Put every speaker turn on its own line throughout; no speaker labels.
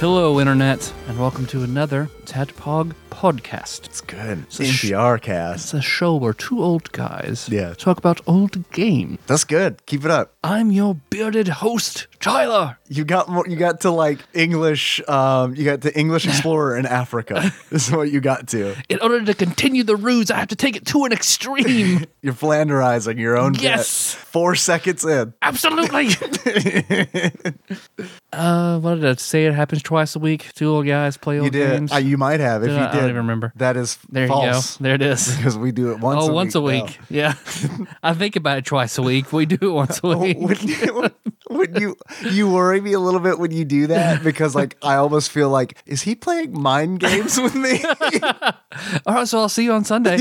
Hello, Internet, and welcome to another Tadpog podcast.
It's good.
a sh-
NPR cast.
It's a show where two old guys
Yeah.
talk about old game.
That's good. Keep it up.
I'm your bearded host, Tyler.
You got more, you got to like English. Um, you got to English explorer in Africa. This is what you got to.
In order to continue the ruse, I have to take it to an extreme.
You're flanderizing your own. bit.
Yes.
Four seconds in.
Absolutely. uh, what did I say? It happens twice a week. Two old guys play old
You did.
games.
Uh, you might have if
Did
you
I-
did.
I don't even remember.
That is
there
false.
you go. There it is.
Because we do it once.
Oh,
a
once
week
a week. Yeah. I think about it twice a week. We do it once a
now.
week.
Wouldn't you, would you you worry me a little bit when you do that because like I almost feel like is he playing mind games with me?
All right, so I'll see you on Sunday.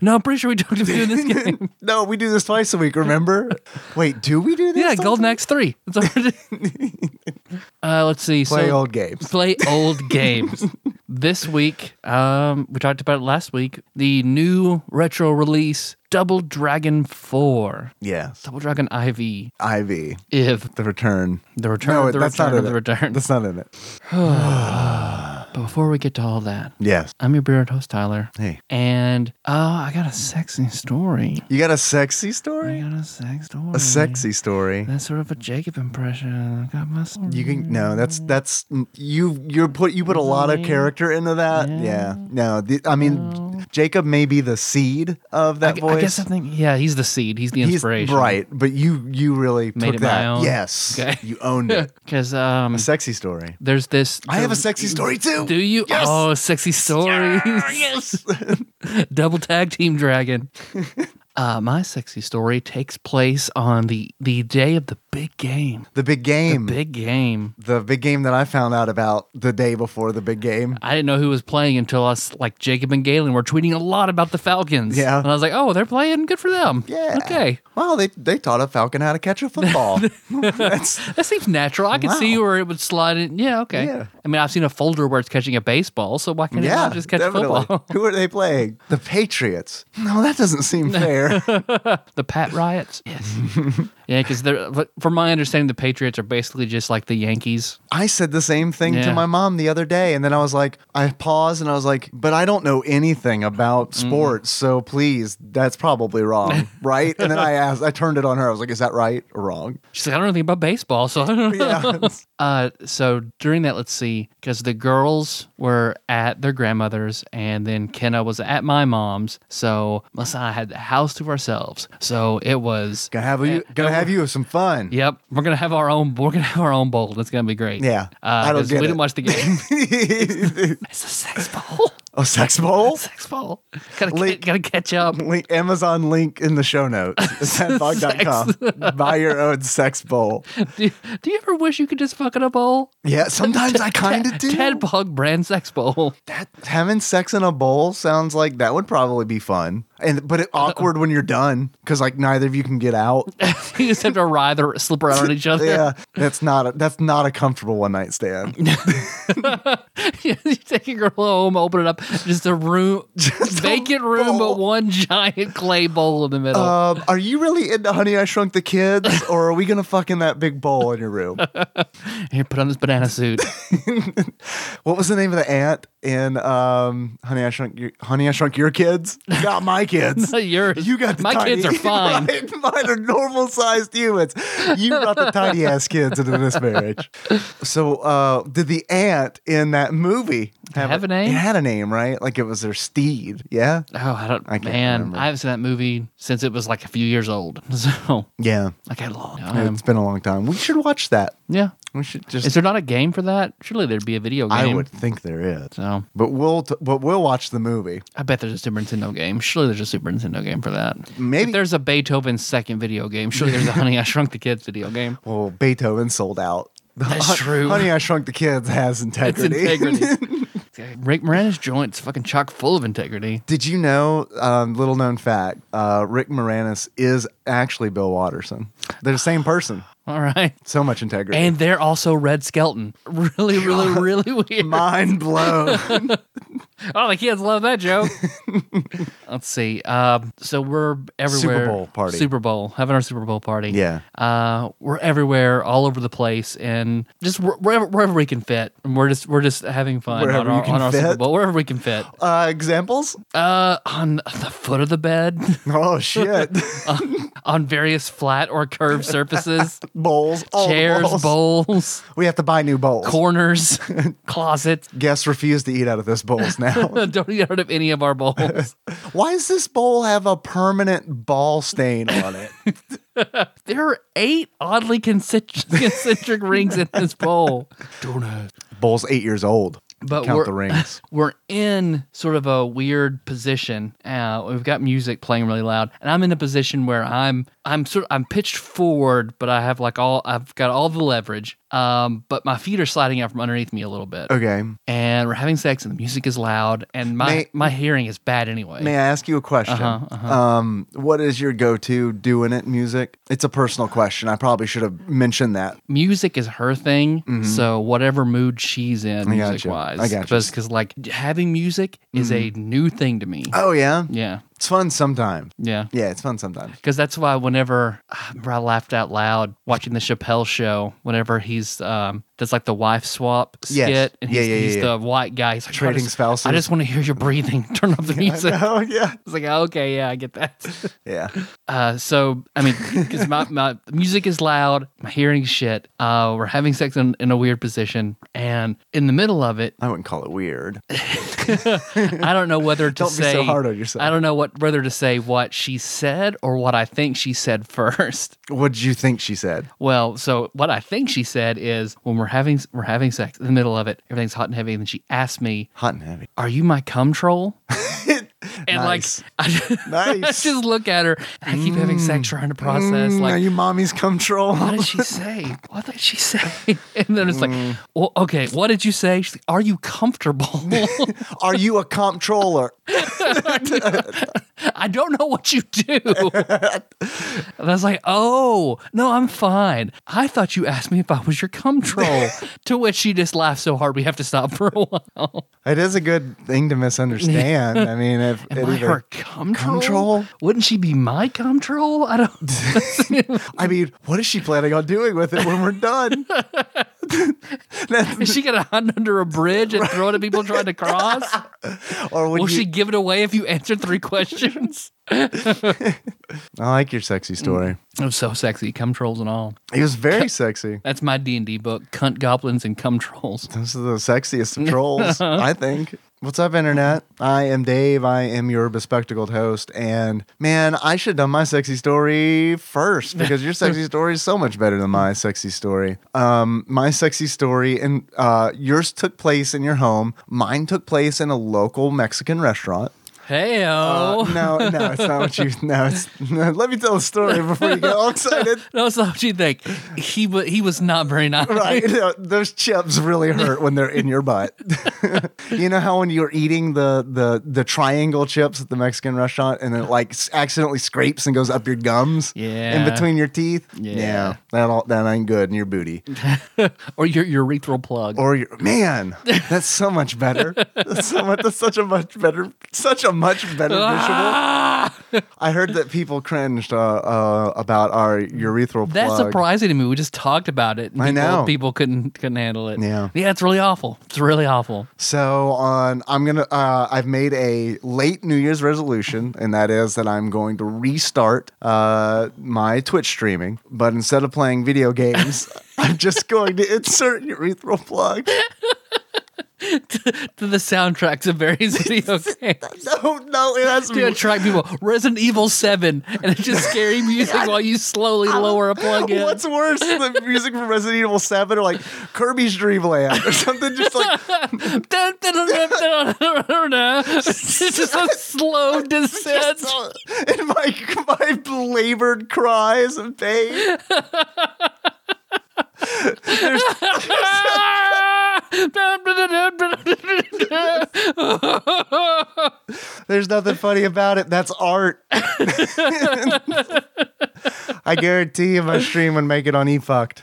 No, I'm pretty sure we talked about doing this game.
no, we do this twice a week. Remember? Wait, do we do this?
yeah,
twice
Golden
a week?
Axe Three. That's what we're doing. uh, let's see.
Play
so,
old games.
play old games. This week, um, we talked about it last week. The new retro release, Double Dragon Four,
Yeah,
Double Dragon IV.
Ivy,
If
the return.
the return,
no,
of the
that's
return of
not in
the
it.
return.
That's not in it.
But before we get to all that,
Yes.
I'm your beard host Tyler,
Hey,
and oh, I got a sexy story.
you got a sexy
I
story?
got a sex story.
A sexy story.
That's sort of a Jacob impression. I got my story.
You can no. That's that's you. You're put. You put a lot of character into that.
Yeah.
Yeah. No. The, I mean, Jacob may be the seed of that
I, gu-
voice.
I guess I think yeah, he's the seed. He's the
He's
inspiration.
right, but you you really
Made
took
it my
that.
own?
Yes.
Okay.
You owned it.
Because um,
a sexy story.
there's this.
I have a sexy story too.
Do you?
Yes.
Oh, sexy stories. yes. Double tag team dragon. Uh, my sexy story takes place on the the day of the big game.
The big game. The big,
Big game.
game that I found out about the day before the big game.
I didn't know who was playing until us, like Jacob and Galen, were tweeting a lot about the Falcons.
Yeah.
and I was like, "Oh, they're playing. Good for them.
Yeah.
Okay.
Wow, they they taught a falcon how to catch a football. That's
That seems natural. I can
Wow.
see where it would slide in. Yeah, okay.
Yeah.
I mean, I've seen a folder where it's catching a baseball, so why can't it
yeah,
not just catch
definitely.
football?
Who are they playing? The Patriots. No, that doesn't seem fair.
the Pat riots. Yes. yeah, because they're, but from my understanding, the Patriots are basically just like the Yankees.
I said the same thing
Yeah.
to my mom the other day, and then I was like, I paused and I was like, but I don't know anything about
Mm-hmm.
sports, so please, that's probably wrong, right? And then I asked, I turned it on her. I was like, is that right or wrong?
She's like, I don't know anything about baseball, so I don't know.
Yeah.
Uh, so during that, let's see, because the girls were at their grandmother's, and then Kenna was at my mom's. So Masai had the house to ourselves. So it was.
gonna have you, gonna have you some fun.
Yep, we're gonna have our own. We're gonna have our own bowl. It's gonna be great.
Yeah,
uh,
I don't
'cause
get
we
it.
didn't watch the game.
a
It's a sex ball.
Oh, sex bowl?
Sex ball. Gotta,
Link.
ca- gotta catch up.
Link, Amazon link in the show notes. It's handbog.com. Buy your own sex bowl.
Do, do you ever wish you could just fuck in a bowl?
Yeah, sometimes I kind of do.
Ted Bog brand sex bowl.
That- having sex in a bowl sounds like that would probably be fun, and but it awkward when you're done because like neither of you can get out.
you just have to writhe or slip around on each other.
Yeah, that's not a, that's not a comfortable one night stand.
you take your girl home, open it up, just a room, vacant room, but
bowl.
one giant clay bowl in the middle.
Um, are you really into Honey I Shrunk the Kids, or are we gonna fuck in that big bowl in your room?
Here, put on this banana suit.
What was the name of the aunt in um, Honey I Shrunk Your Honey I Shrunk Your Kids? Not my kids.
Yours.
You got the
my kids are
tiny-
fine.
Right? Mine are normal sized humans. You brought the tiny ass kids into this marriage. So, uh, did the aunt in that movie Have
have a name?
It had a name, right? Like it was their steed. Yeah.
Oh, I don't.
I can't
man,
remember.
I haven't seen that movie since it was like a few years old. So
Yeah.
I got long. Um,
It's been a long time. We should watch that.
yeah.
We should
Is
just.
there not a game for that? Surely there'd be a video game.
I would think there is.
So
But we'll t- but we'll watch the movie.
I bet there's a Super Nintendo game. Surely there's a Super Nintendo game for that.
Maybe-
If there's a Beethoven second video game. Surely there's a Honey I Shrunk the Kids video game.
Well, Beethoven sold out.
That's
Hon-
true.
Honey, I Shrunk the Kids has
It's
integrity.
integrity. Rick Moranis' joints fucking chock full of integrity.
Did you know? Um, little known fact: uh, Rick Moranis is actually Bill Watterson. They're the same person.
All right.
So much integrity.
And they're also Red Skeleton. Really, really, really weird.
mind blown.
Oh, the kids love that joke. Let's see. Um, so we're everywhere.
Bowl party.
Super Bowl. Having our Super Bowl party.
Yeah.
Uh, we're everywhere, all over the place, and just wh- wherever, wherever we can fit. And we're just we're just having fun
Wherever
on
you
our,
can
on our Super
fit.
Bowl, wherever we can fit.
uh, examples?
Uh, on the foot of the bed,
Oh shit!
on various flat or curved surfaces,
bowls, all the
chairs,
bowls.
bowls,
We have to buy new bowls.
corners, closets.
Guests refuse to eat out of this bowls now.
Don't eat out of any of our bowls.
Why does this bowl have a permanent ball stain on it?
There are eight oddly concentric, concentric rings in this bowl.
Bowl's eight years old.
But
count
we're-
the rings.
We're in sort of a weird position. Uh, we've got music playing really loud, and I'm in a position where I'm I'm sort I'm pitched forward, but I have like all I've got all the leverage. Um, but my feet are sliding out from underneath me a little bit,
Okay.
and we're having sex, and the music is loud, and my
May-
my hearing is bad anyway. Uh-huh,
May I ask you a question? Um, what is your go-to doing it music? It's a personal question. I probably should have mentioned that.
music is her thing. So whatever mood she's in,
Mm-hmm. I gotcha.
music wise,
I gotcha. Mm-hmm.
Because like having music is a new thing to me.
Oh yeah,
Yeah,
it's fun sometimes.
yeah.
Yeah, it's fun sometimes.
Because that's why whenever I remember I laughed out loud watching the Chappelle show, whenever he's um does like the wife swap skit,
Yes.
and
Yeah,
he's,
yeah, yeah,
he's
yeah.
the white guy, he's like, I
Trading
just-
spouses.
I just want to hear your breathing. Turn up the music.
Oh yeah,
It's like okay, yeah, I get that.
yeah.
Uh, so I mean, because my, my music is loud, my hearing shit. Uh, we're having sex in, in a weird position, and in the middle of it,
I wouldn't call it weird.
I don't know whether to
Don't be so
say
hard on yourself.
I don't know what whether to say what she said or what I think she said first.
What did you think she said?
Well, so what I think she said is when we're having we're having sex in the middle of it, everything's hot and heavy, and then she asked me,
Hot and heavy.
"Are you my cum troll?" And
Nice.
like, I just,
Nice.
just look at her. And I keep having sex, trying to process.
Mm,
like,
are you mommy's cum troll?
what did she say? What did she say? And then it's
Mm.
like, well, okay, what did you say? She's like, are you comfortable?
Are you a comptroller?
I don't know what you do. and I was like, oh, no, I'm fine. I thought you asked me if I was your cum troll. to which she just laughed so hard we have to stop for a while.
It is a good thing to misunderstand. I mean, if
Am
it
I
either-
her cum troll?
troll?
Wouldn't she be my cum troll? I don't.
I mean, what is she planning on doing with it when we're done? That's-
Is she gonna hunt under a bridge and throw it at people trying to cross?
or would
Will
you-
she give it away if you answer three questions?
I like your
Mm.
sexy story.
It was so sexy, cum trolls and all.
It was very sexy.
That's my D and D book, cunt goblins and cum trolls.
Those are the sexiest of trolls, I think. What's up, internet? I am Dave. I am your bespectacled host. And man, I should have done my sexy story first because your sexy story is so much better than my sexy story. Um, my sexy story and uh, yours took place in your home. Mine took place in a local Mexican restaurant.
Hey
Uh,
oh.
no, no, it's not what you. No, it's. let me tell the story before you get all excited.
No, so what you think? He was he was not very nice.
Right. No, those chips really hurt when they're in your butt. you know how when you're eating the, the the triangle chips at the Mexican restaurant and it like s- accidentally scrapes and goes up your gums
Yeah.
in between your teeth?
Yeah.
that all that ain't good in your booty.
Or your your urethral plug.
Or your man, that's so much better. That's so much that's such a much better such a much better visual.
Ah!
I heard that people cringed uh, uh, about our urethral plug.
That's surprising to me. We just talked about it. and
I
people-
know.
people couldn't couldn't handle it.
Yeah.
yeah, it's really awful. It's really awful.
So on, I'm gonna. Uh, I've made a late New Year's resolution, and that is that I'm going to restart uh, my Twitch streaming. But instead of playing video games, I'm just going to insert urethral plug.
to the soundtracks of various video games
No, no, it has
to attract people. Resident Evil 7, and it's just scary music while you slowly lower a plug in.
What's worse, the music from Resident Evil Seven or like Kirby's Dream Land or something? Just like
Dun, dun, dun, dun, dun, dun, dun, dun. it's just a slow descent.
just, uh, and my my labored cries of pain. There's nothing funny about it. That's art. I guarantee you, my stream would make it on E eFucked.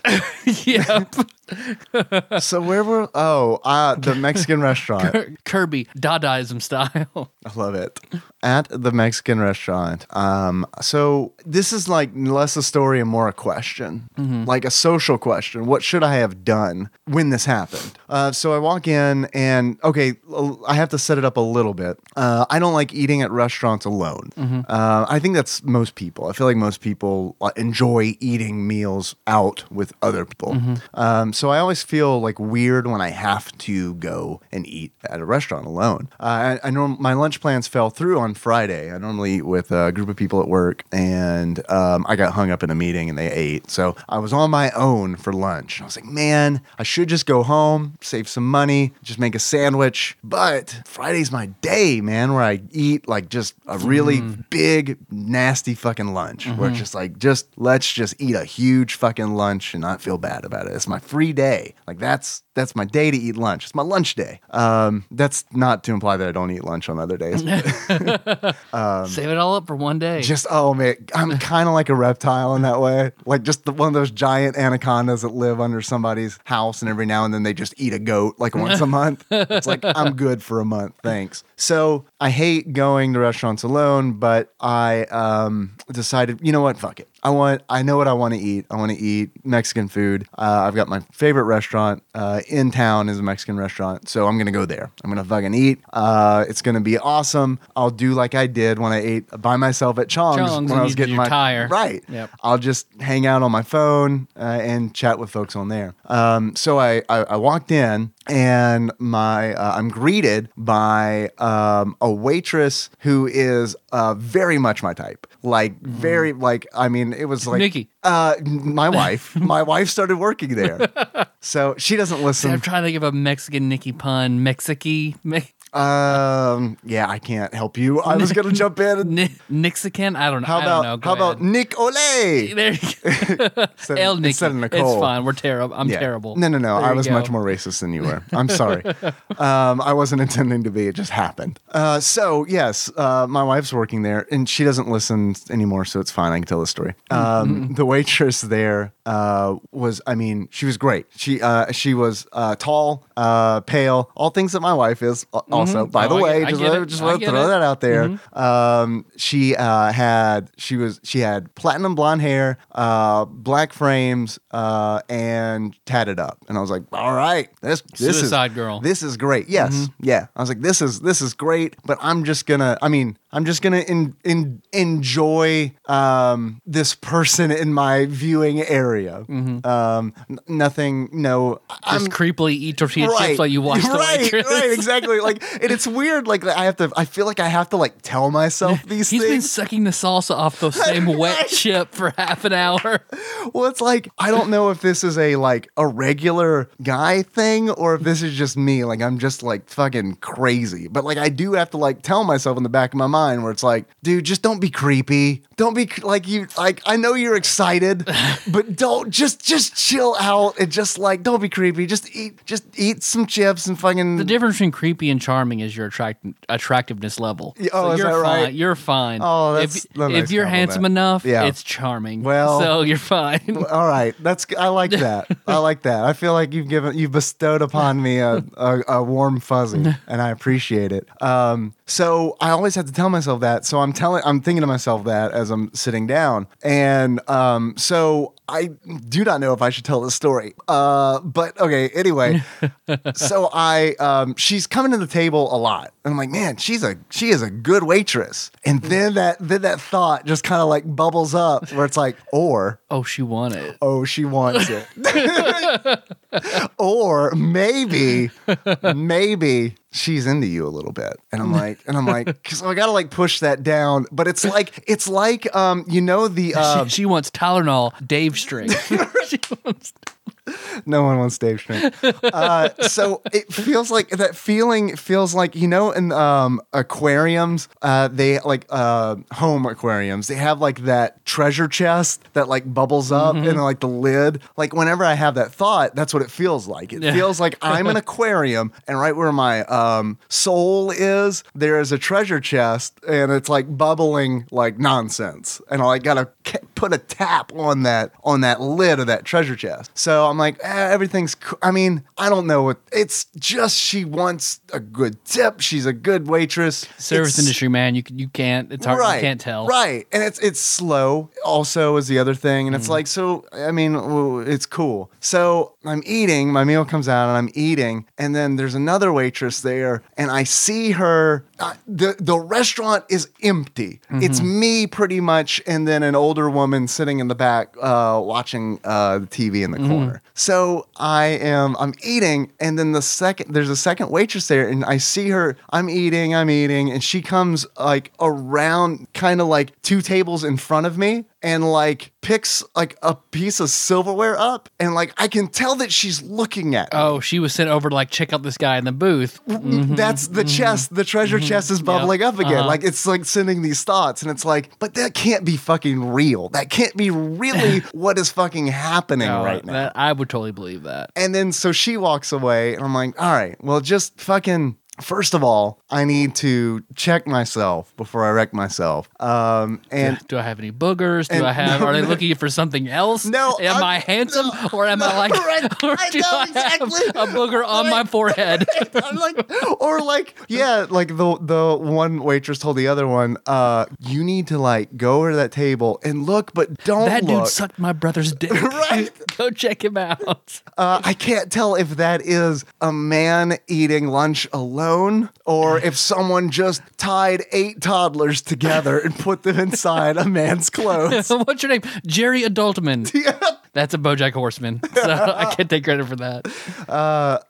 yep.
So where were? Oh, uh, the Mexican restaurant.
Kirby, Dadaism style.
I love it. At the Mexican restaurant. Um, so this is like less a story and more a question, like a social question. What should I have done when this happened? Uh, so I walk in and okay, l- I have to set it up a little bit. Uh, I don't like eating at restaurants alone. Uh, I think that's most people. I feel like most people uh, enjoy eating meals out with other people. Um, so I always feel like weird when I have to go and eat at a restaurant alone. Uh, I, I norm- my lunch plans fell through on Friday. I normally eat with a group of people at work, and um, I got hung up in a meeting and they ate. So I was on my own for lunch. I was like, man, I should just go home, save some money, just make a sandwich. But Friday's my day, man, where I eat like just a really big, nasty fucking lunch where it's just like, just let's just eat a huge fucking lunch and not feel bad about it. It's my free day. Like that's that's my day to eat lunch. It's my lunch day. Um, that's not to imply that I don't eat lunch on other days. Um,
Save it all up for one day.
just oh man, I'm kind of like a reptile in that way. Like just the, one of those giant anacondas that live under somebody's house, and every now and then they just eat a goat like once a month. It's like I'm good for a month, thanks. So I hate going to restaurants alone, but I um, decided, you know what, fuck it. I want. I know what I want to eat. I want to eat Mexican food. Uh, I've got my favorite restaurant uh, in town is a Mexican restaurant, so I'm gonna go there. I'm gonna fucking eat. Uh, it's gonna be awesome. I'll do like I did when I ate by myself at Chong's,
Chong's
when
and
I was
you-
getting
you
my
tire.
right.
Yep.
I'll just hang out on my phone uh, and chat with folks on there. Um, so I, I I walked in and my uh, I'm greeted by um, a waitress who is uh, very much my type. Like
Mm-hmm.
very like I mean it was like
Nikki.
uh, my wife. my wife started working there, so she doesn't
I'm
listen.
trying to give a Mexican Nicky pun. Mexican, me-
Um, yeah, I can't help you. I was gonna jump in. And,
ni- Nixican? I don't know.
how
I don't
about
know. Go
how about
ahead.
Nick Ole?
There you
Instead
go.
of-
El Nicky. It's
instead of Nicole.
fine. We're terrible. I'm
Yeah.
terrible.
No, no, no.
There
I
you
was
go.
much more racist than you were. I'm sorry. um, I wasn't intending to be. It just happened. Uh, so yes, uh, my wife's working there, and she doesn't listen anymore, so it's fine. I can tell the story.
Mm-hmm.
Um, the waitress there uh, was, I mean, she was great. She uh, she was uh, tall, uh, pale, all things that my wife is. al- Also, by
Oh,
the
I
way,
get- I
just,
get
let-
it.
just
I
let-
get
throw
it.
that out there.
Mm-hmm.
Um, she uh, had she was she had platinum blonde hair, uh, black frames, uh, and tatted up. And I was like, all right, this this
Suicide
is
Girl. Mm-hmm.
This is great. Yes, yeah. I was like, this is this is great. But I'm just gonna. I mean, I'm just gonna in, in, enjoy um, this person in my viewing area. Um, n- nothing. No, I-
Mm-hmm. Just creepily eat tortilla chips while you watch the
right,
waitress.
Right, exactly. Like, and it's weird. Like, I have to. I feel like I have to like tell myself these
He's been
things.
sucking the salsa off the same wet chip for half an hour.
well, it's like I don't know if this is a like a regular guy thing or if this is just me. Like, I'm just like fucking crazy. But like, I do have to like tell myself in the back of my mind where it's like, dude, just don't be creepy. Don't be cr- like you. Like, I know you're excited, but don't just just chill out and just like don't be creepy. Just eat. Just eat some chips and fucking.
The difference between creepy and charming is your attract- attractiveness level.
Y- oh, is
you're
that
fine.
right?
You're fine.
Oh, that's
if,
a nice
if you're
compliment.
handsome enough,
Yeah.
it's charming.
Well-
so you're fine.
All right, that's I like that. I like that. I feel like you've given you've bestowed upon me a, a, a warm fuzzy, and I appreciate it. Um, so I always have to tell myself that. So I'm telling I'm thinking to myself that as I'm sitting down, and um, so I do not know if I should tell this story. Uh, but okay, anyway. so I, um, she's coming to the table a lot, and I'm like, man, she's a she is a good waitress. And then that then that thought just kind of like bubbles up where it's like, or
Oh, she won it.
oh, she wants it. or maybe, maybe she's into you a little bit. And I'm like, and I'm like, so I gotta like push that down. But it's like, it's like, um, you know, the, uh,
she, she wants Tylenol, Dave String. she wants
no one wants Dave String. Uh, so it feels like that feeling feels like you know in um, aquariums, uh, they like uh, home aquariums. They have like that treasure chest that like bubbles up and like the lid. Like whenever I have that thought, that's what it feels like. It feels like I'm an aquarium, and right where my um, soul is, there is a treasure chest, and it's like bubbling like nonsense. And I gotta ca- put a tap on that on that lid of that treasure chest. So I'm like, eh, everything's. co- I mean, I don't know what. It's just she wants a good tip. She's a good waitress.
service
It's-
industry, man. You can- you can't. It's hard. You can't tell.
Right, and it's it's slow. Also, is the other thing, and
Mm.
it's like so. I mean, w- it's cool. So I'm eating. My meal comes out, and I'm eating, and then there's another waitress there, and I see her. Uh, the The restaurant is empty. It's
Mm-hmm.
me pretty much, and then an older woman sitting in the back uh, watching uh, the TV in the
Mm-hmm.
corner. So I am. I'm eating, and then the second there's a second waitress there, and I see her. I'm eating. I'm eating, and she comes like around, kind of like two tables in front of me, and like picks like a piece of silverware up, and like I can tell that she's looking at. me.
Oh, Mm-hmm. she was sent over to like check out this guy in the booth.
That's the chest. The treasure
Mm-hmm.
chest is bubbling up again.
Uh-huh.
Like it's like sending these thoughts, and it's like, but that can't be fucking real. That can't be really what is fucking happening
Oh,
right now.
that- I would totally believe that.
And then so she walks away, and I'm like, all right, well, just fucking. First of all, I need to check myself before I wreck myself. Um, and
Do I have any boogers? Do
and-
I have? Are they looking for something else?
No,
Am
I'm-
i handsome or am I like?
right.
or
I
do
know
have
exactly
a booger on my forehead.
I'm like, or like, yeah, like the the one waitress told the other one, uh, you need to like go over to that table and look, but don't
That dude
look. Uh,
sucked my brother's dick.
Right.
Go check him out.
Uh, I can't tell if that is a man eating lunch alone or if someone just tied eight toddlers together and put them inside a man's clothes.
What's your name? Jerry Adultman. That's a BoJack Horseman. So I can't take credit for that.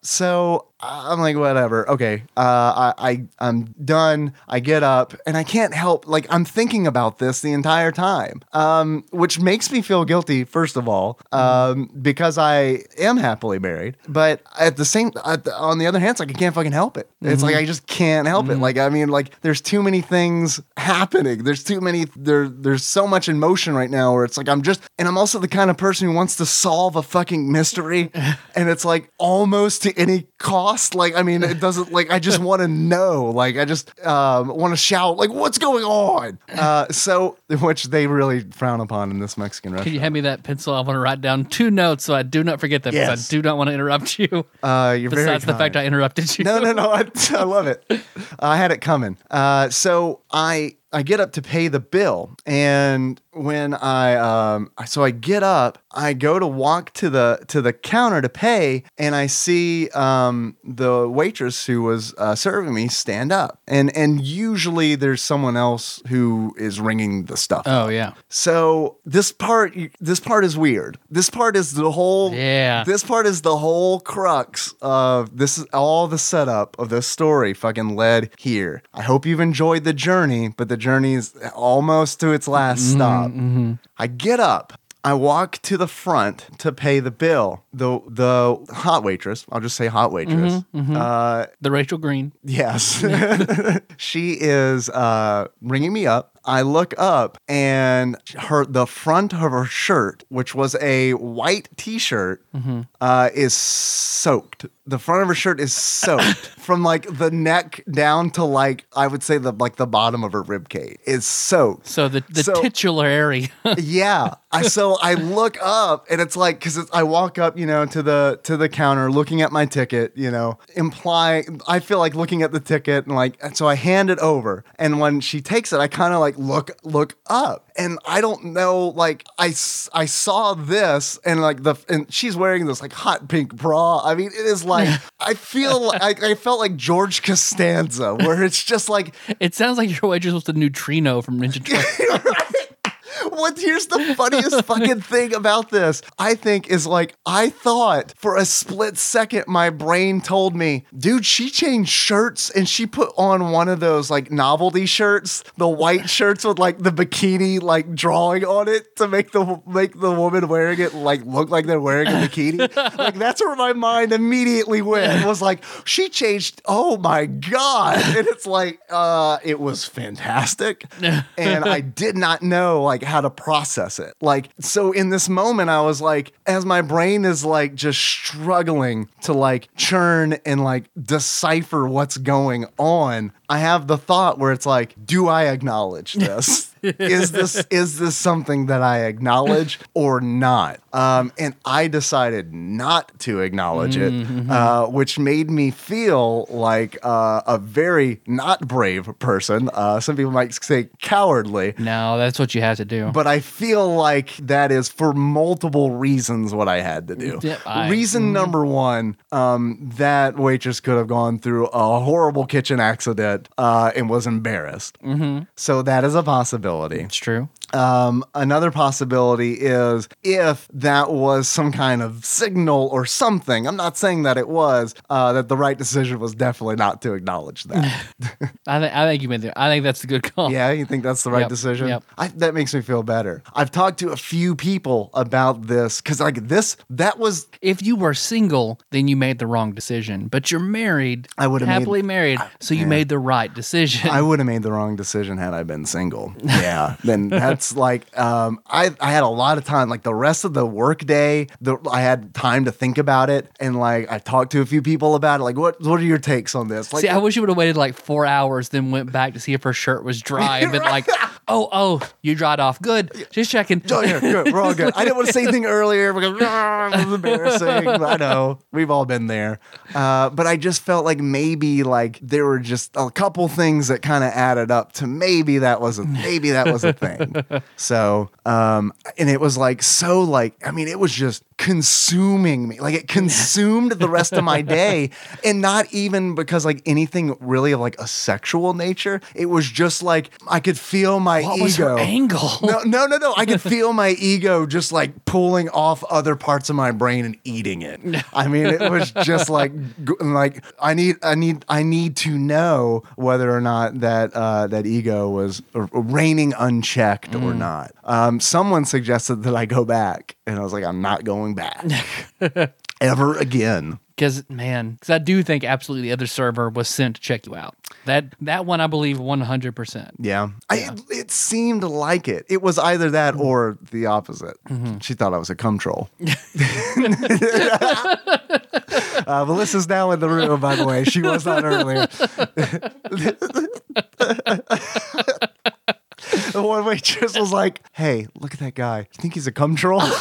so I- I'm like, whatever. Okay. Uh, I, I I'm done. I get up and I can't help. Like I'm thinking about this the entire time, um, which makes me feel guilty. First of all, um, because I am happily married, but at the same, at the- on the other hand, it's like I can't fucking help it. It's like I just can't help it. Like I mean, like there's too many things happening. There's too many. There there's so much in motion right now where it's like I'm just, and I'm also the kind of person who wants to solve a fucking mystery, and it's like almost to any cost. Like I mean, it doesn't. Like I just want to know. Like I just um, want to shout. Like what's going on? Uh, so which they really frown upon in this Mexican restaurant.
Can you hand me that pencil? I want to write down two notes so I do not forget them because I
Yes.
do not want to interrupt you.
Uh, you're very
Besides the
kind.
fact I interrupted you.
No, no, no. I, I love it. I had it coming. Uh, so I I get up to pay the bill, and when I um so I get up, I go to walk to the to the counter to pay, and I see um the waitress who was uh, serving me stand up, and and usually there's someone else who is ringing the stuff.
Oh, yeah.
So this part, this part is weird. This part is the whole.
Yeah.
This part is the whole crux of this. Is all the setup of this story fucking led here. I hope you've enjoyed the journey, but the journey is almost to its last stop. I get up. I walk to the front to pay the bill. The the hot waitress, I'll just say hot waitress, Uh,
The Rachel Green.
Yes. she is uh, ringing me up. I look up and her the front of her shirt, which was a white T-shirt, uh, is soaked. The front of her shirt is soaked from like the neck down to like I would say the like the bottom of her rib cage is soaked.
So the, the
So-
titular area.
yeah. I, so I look up and it's like because I walk up, you know, to the to the counter, looking at my ticket, you know, implying I feel like looking at the ticket and like and so I hand it over and when she takes it, I kind of like look look up and I don't know like I s- I saw this and like the and she's wearing this like hot pink bra. I mean, it is like I feel like I felt like George Costanza, where it's just like
it sounds like your waitress was the neutrino from Ninja Turtles.
What here's the funniest fucking thing about this, I think, is like I thought for a split second my brain told me, dude, she changed shirts and she put on one of those like novelty shirts, the white shirts with like the bikini like drawing on it to make the make the woman wearing it like look like they're wearing a bikini. like that's where my mind immediately went. It was like, she changed, oh my God. And it's like, uh, it was fantastic. and I did not know like how to process it. Like so in this moment I was like as my brain is like just struggling to like churn and like decipher what's going on, I have the thought where it's like do I acknowledge this? is this is this something that I acknowledge or not? Um, and I decided not to acknowledge it, uh, which made me feel like uh, a very not brave person. Uh, some people might say cowardly,
no, that's what you have to do.
but I feel like that is for multiple reasons what I had to do.
Yep, I-
Reason number one, um, that waitress could have gone through a horrible kitchen accident uh, and was embarrassed. So that is a possibility.
it's true.
Um, another possibility is if that was some kind of signal or something. I'm not saying that it was. Uh, that the right decision was definitely not to acknowledge that.
I, th- I think you meant there. I think that's the good call.
yeah, you think that's the right
Yep,
decision?
yep.
I, that makes me feel better. I've talked to a few people about this because like this, that was
If you were single, then you made the wrong decision. But you're married.
I would've made-
happily married, so you made the right decision.
I would have made the wrong decision had I been single. Yeah. then that's like um, I I had a lot of time. Like the rest of the workday, the I had time to think about it, and like I talked to a few people about it. Like, what what are your takes on this? Like,
see, I wish you would have waited like four hours, then went back to see if her shirt was dry, and been like, "Oh, oh, you dried off. Good. Just checking."
Oh, yeah, good. We're all good. I didn't want to say anything earlier because "Ah, it was embarrassing. I know we've all been there, uh, but I just felt like maybe like there were just a couple things that kind of added up to maybe that was a maybe that was a thing. So, um, and it was like so like I mean it was just consuming me. Like it consumed the rest of my day, and not even because like anything really of like a sexual nature. It was just like I could feel my
What
ego.
was her angle?
No, no, no, no. I could feel my ego just like pulling off other parts of my brain and eating it. I mean, it was just like, g- like I need, I need, I need to know whether or not that uh, that ego was r- reigning unchecked or not. Um, someone suggested that I go back, and I was like, I'm not going back ever again.
Because man, because I do think absolutely the other server was sent to check you out. That that one I believe one hundred percent.
Yeah. I, It, it seemed like it. It was either that or the opposite. She thought I was a cum troll. uh, Melissa's now in the room, by the way. She was not earlier. the one waitress was like, hey, look at that guy. You think he's a cum troll?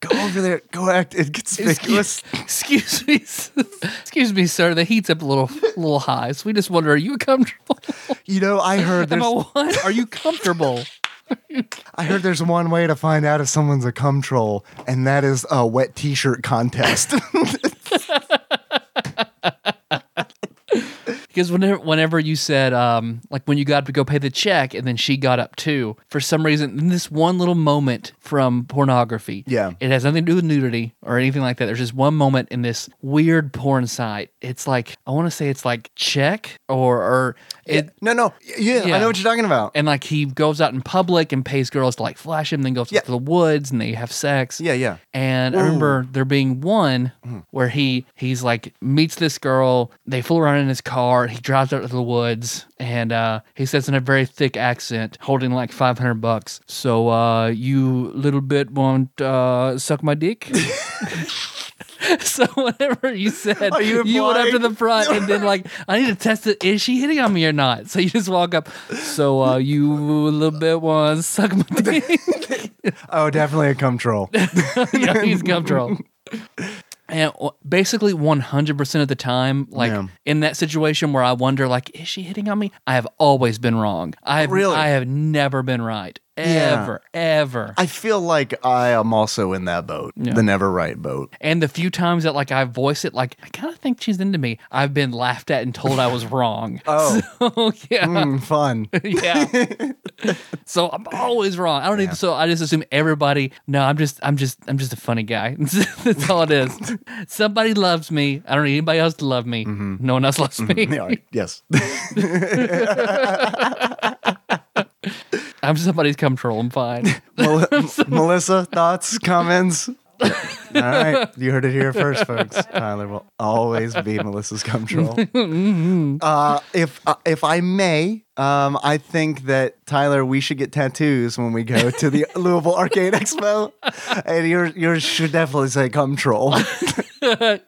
go over there. Go act inconspicuous.
Excuse me, s- excuse me, sir. The heat's up a little little high, so we just wonder: Are you comfortable?
You know, I heard there's...
Am I one? Are you comfortable?
I heard there's one way to find out if someone's a cum troll, and that is a wet t-shirt contest.
Because whenever whenever you said um like when you got up to go pay the check and then she got up too for some reason in this one little moment from pornography
Yeah.
it has nothing to do with nudity or anything like that there's just one moment in this weird porn site it's like I want to say it's like check or or it
no, no, y- yeah, I
Yeah.
know what you're talking about.
and like he goes out in public and pays girls to like flash him, then goes
Yeah.
to the woods and they have sex.
Yeah, yeah.
And I remember there being one
Hmm.
where he he's like meets this girl, they fool around in his car, he drives out to the woods, and uh, he says in a very thick accent, holding like five hundred bucks. So uh, you little bit won't uh, suck my dick. So whenever you said
Are you
you went up to
implying-
the front and then like I need to test it, is she hitting on me or not? So you just walk up. So uh, you little bit one suck my dick.
Oh, definitely a cum troll.
yeah, he's comfortable. And w- basically, 100% of the time, like
Yeah.
in that situation where I wonder, like, is she hitting on me? I have always been wrong. I have,
Really?
I have never been right.
Yeah.
Ever, ever.
I feel like I am also in that boat,
Yeah.
the never right boat.
and the few times that like I voice it, like I kind of think she's into me, I've been laughed at and told I was wrong.
Oh.
so, yeah,
Mm, fun.
yeah. so I'm always wrong. I don't even. So I just assume everybody. No, I'm just, I'm just, I'm just a funny guy. That's all it is. Somebody loves me. I don't need anybody else to love me. No one else loves me.
Mm-hmm. Yeah, yes.
I'm somebody's control. I'm fine.
Mel- Melissa, thoughts, comments? All right. You heard it here first, folks. Tyler will always be Melissa's control. Uh, if uh, if I may, um, I think that Tyler, we should get tattoos when we go to the Louisville Arcade Expo, and yours yours should definitely say "Come Troll."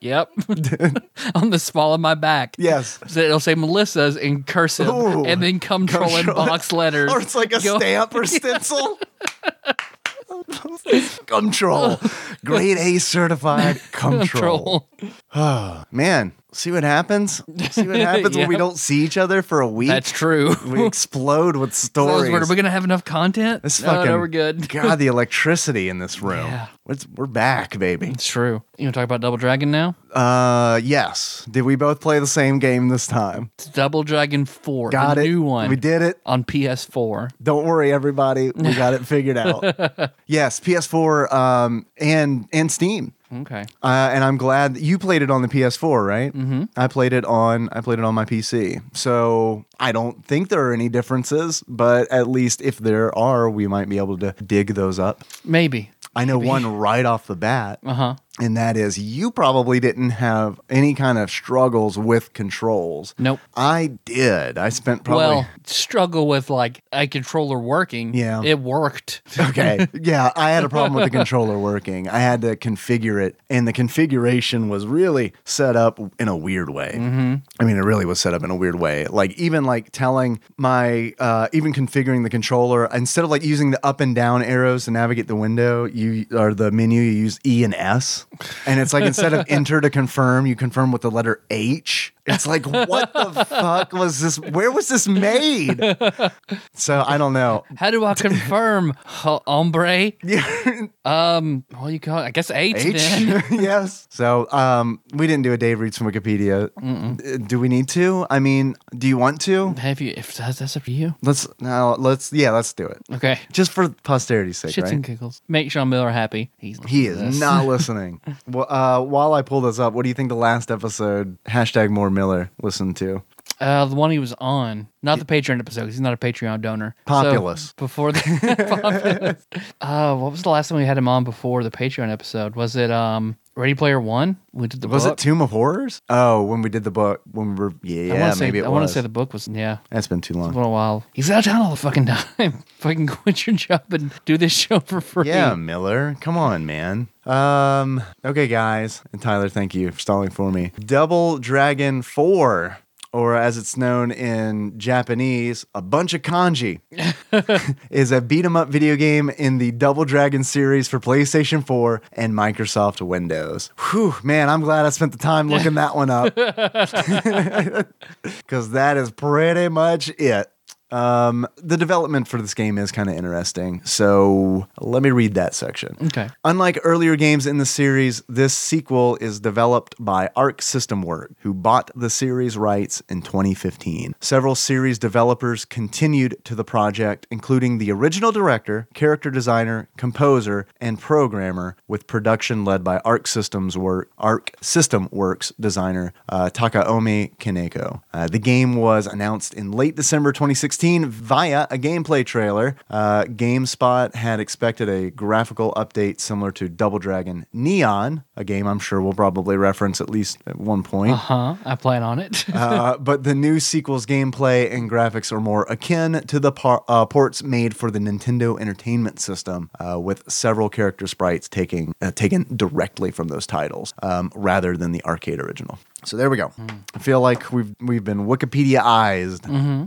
yep. On the small of my back.
Yes.
So it'll say Melissa's in cursive
Ooh.
and then control in
Control.
box letters.
or it's like a
Go-
stamp or stencil. Come troll, grade A certified. Come troll.
Control.
Man, see what happens. See what happens when we
Yeah.
don't see each other for a week.
That's true.
we explode with
Those
stories.
were- Are we gonna have enough content?
This
no,
fucking-
no, we're good.
God, the electricity in this room.
Yeah.
It's- we're back, baby.
It's true. You want to talk about Double Dragon now?
Uh, yes. Did we both play the same game this time?
It's Double Dragon 4,
Got
the
it.
new one
We did it.
on PS4.
Don't worry, everybody. We got it figured out. yes, PS4 um, and and Steam.
Okay.
Uh, and I'm glad that you played it on the PS4, right? Mm-hmm. I played it on I played it on my PC. So I don't think there are any differences, but at least if there are, we might be able to dig those up.
Maybe.
I know one right off the bat,
Uh-huh.
and that is you probably didn't have any kind of struggles with controls.
Nope.
I did. I spent probably
Well, struggle with like a controller working.
Yeah.
It worked.
Okay. Yeah, I had a problem with the controller working. I had to configure it, and the configuration was really set up in a weird way. I mean, it really was set up in a weird way. Like even like telling my uh, even configuring the controller instead of like using the up and down arrows to navigate the window, you or the menu, you use E and S, and it's like instead of enter to confirm, you confirm with the letter H. It's like what the fuck was this? Where was this made? So I don't know.
How do I confirm, ho- hombre? Um, what do you call it? I guess H,
H.
then.
yes. So um, we didn't do a Dave reads from Wikipedia. Uh, Do we need to? I mean, do you want to?
Have you, if that's, that's up to you.
Let's now. Let's yeah. Let's do it.
Okay.
Just for posterity's sake,
Shits
right?
and giggles. Make Sean Miller happy. He's
he is not listening. well, uh, while I pull this up, what do you think the last episode hashtag More Miller listened to?
Uh, the one he was on, not the Patreon episode. 'cause He's not a Patreon donor. So,
Populous.
before the populous. Uh, what was the last time we had him on before the Patreon episode? Was it um Ready Player One? We did the
Was
book.
it Tomb of Horrors? Oh, when we did the book, when we were
I
yeah,
wanna say,
maybe it
I want
was.
to say the book was yeah.
That's been too
It's
long.
been a while. He's out of town all the fucking time. fucking quit your job and do this show for free.
Yeah, Miller. Come on, man. Um, okay, guys. And Tyler, thank you for stalling for me. Double Dragon 4, or as it's known in Japanese, a bunch of kanji, is a beat 'em up video game in the Double Dragon series for PlayStation 4 and Microsoft Windows. Whew, man, I'm glad I spent the time looking that one up. Because that is pretty much it. Um, the development for this game is kind of interesting. So let me read that section.
Okay.
Unlike earlier games in the series, this sequel is developed by Arc System Work, who bought the series rights in 2015. Several series developers continued to the project, including the original director, character designer, composer, and programmer, with production led by Arc Systems Work, Arc System Works designer uh, Takaomi Kaneko. Uh, the game was announced in late December 2016. 2016 via a gameplay trailer. Uh, GameSpot had expected a graphical update similar to Double Dragon Neon, a game I'm sure we'll probably reference at least at one point.
Huh? I plan on it.
Uh, but the new sequel's gameplay and graphics are more akin to the par- uh, ports made for the Nintendo Entertainment System, uh, with several character sprites taking uh, taken directly from those titles, um, rather than the arcade original. So there we go.
Hmm.
I feel like we've we've been Wikipedia-ized.
Mm-hmm.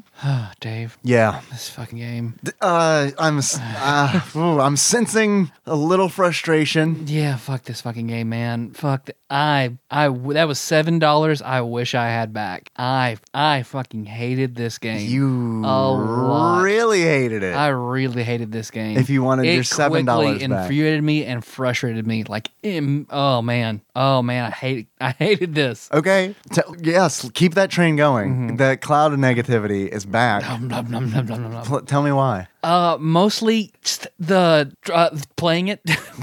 Dave,
Yeah,
this fucking game.
uh, I'm s- uh, ooh, I'm sensing a little frustration.
Yeah, fuck this fucking game, man. Fuck. th- I I w- that was seven dollars. I wish I had back. I I fucking hated this game.
You
A lot.
really hated it.
I really hated this game.
If you wanted
it
your $7
quickly
back.
infuriated me and frustrated me. Like, im- oh man, oh man, I hate, I hated this.
Okay. T- yes, keep that train going.
Mm-hmm.
That cloud of negativity is back.
Nom, nom, nom, nom, nom, nom, nom.
Pl- tell me why.
Uh, mostly just the uh, playing it,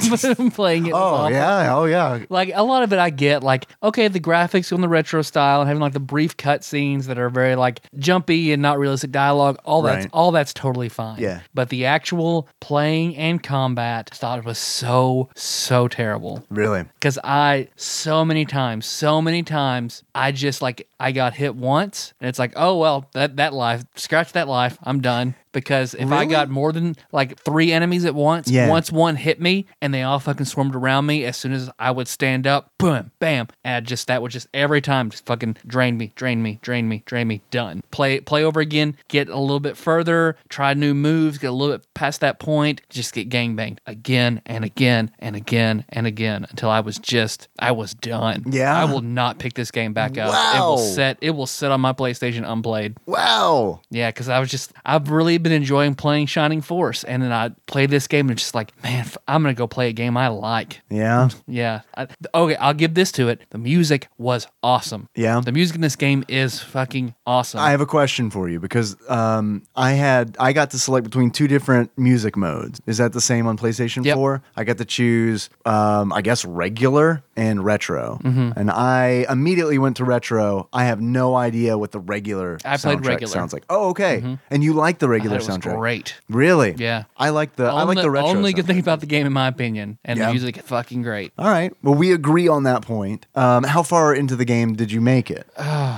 playing it. was
Oh,
awful.
yeah. Oh, yeah.
Like a lot of it, I get like okay, the graphics on the retro style and having like the brief cut scenes that are very like jumpy and not realistic dialogue. All that's
Right.
all that's totally fine.
Yeah.
but the actual playing and combat I thought it was so so terrible.
Really?
Cause I so many times, so many times, I just like I got hit once, and it's like, oh well, that that life, scratch that life, I'm done. Because if I
Really?
got more than like three enemies at once,
Yeah.
once one hit me, and they all fucking swarmed around me, as soon as I would stand up, boom, bam, and I just that would just every time just fucking drain me, drain me, drain me, drain me, done. Play play over again, get a little bit further, try new moves, get a little bit past that point, just get gangbanged again and again and again and again until I was just I was done.
Yeah.
I will not pick this game back up. It will
Wow.
set it will sit on my PlayStation unplayed.
Wow.
Yeah, because I was just I've really been enjoying playing Shining Force, and then I played this game and just like man, f- I'm gonna go play a game I like.
Yeah.
Yeah. I, okay, I'll give this to it. The music was awesome.
Yeah.
The music in this game is fucking awesome.
I have a question for you because um, I had I got to select between two different music modes. Is that the same on PlayStation
Yep.
4? I got to choose, um, I guess, regular and retro,
Mm-hmm.
and I immediately went to retro. I have no idea what the regular
I played
soundtrack
regular. Mm-hmm.
sounds like. Oh, okay. And you like the regular
I thought it was
soundtrack?
great.
Really?
Yeah.
I like the I like
Only-
the retro.
Only
soundtrack.
good thing about the game, in my opinion, and
Yeah.
the music is fucking great.
All right. Well, we agree on that point. Um, how far into the game did you make it?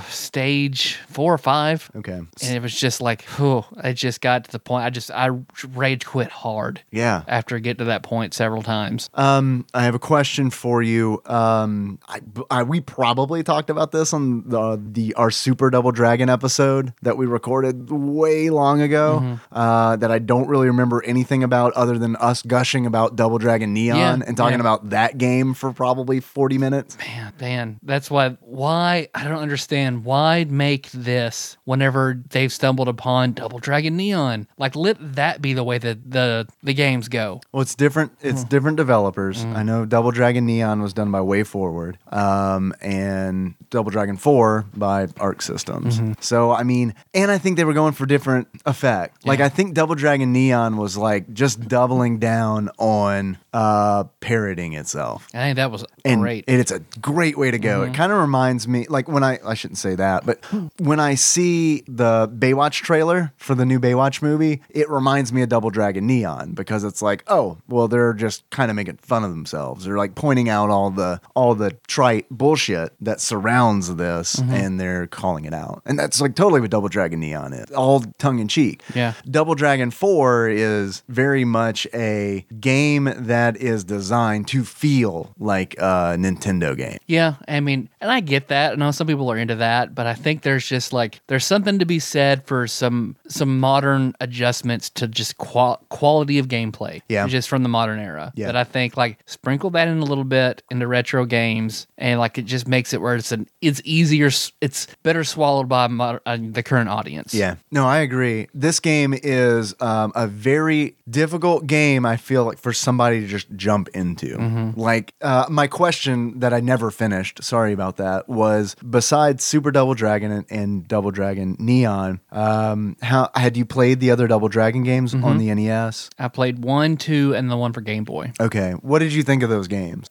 Stage four or five.
Okay.
And it was just like, oh, it just got to the point. I just, I rage quit hard.
Yeah.
After getting to that point several times.
Um, I have a question for you. Um, I, I, we probably talked about this on the, the our Super Double Dragon episode that we recorded way long ago.
Mm-hmm.
Uh, that I don't really remember anything about other than us gushing about Double Dragon Neon
Yeah,
and talking
yeah.
about that game for probably forty minutes.
Man, man, that's why. Why I don't understand. Why make this whenever they've stumbled upon Double Dragon Neon? Like, let that be the way that the the games go.
Well, it's different. It's different developers. I know Double Dragon Neon was done by WayForward, um, and Double Dragon Four by Arc Systems. So I mean, and I think they were going for different effect. Like I think Double Dragon Neon was like just doubling down on uh, parroting itself.
I think that was
And
great. Mm-hmm.
it- it's a great way to go. It kind of reminds me, like when I I shouldn't say that, but when I see the Baywatch trailer for the new Baywatch movie, it reminds me of Double Dragon Neon because it's like, oh, well, they're just kind of making fun of themselves. They're like pointing out all the all the trite bullshit that surrounds this,
Mm-hmm.
and they're calling it out. And that's like totally what Double Dragon Neon is, all tongue in cheek.
Yeah.
Double Dragon 4 is very much a game that is designed to feel like a Nintendo game.
yeah, I mean, and I get that. I know some people are into that, but I think there's just like there's something to be said for some some modern adjustments to just qual- quality of gameplay.
Yeah.
just from the modern era.
Yeah.
that I think like sprinkle that in a little bit into retro games, and like it just makes it where it's an it's easier, s- it's better swallowed by moder- uh, the current audience.
Yeah. No, I agree. This game is um, a very difficult game, I feel like, for somebody to just jump into. Like, uh, my question that I never finished. Sorry about that. Was besides Super Double Dragon and, and Double Dragon Neon, um, how had you played the other Double Dragon games on the E NES?
I played one, two, and the one for Game Boy.
Okay, what did you think of those games?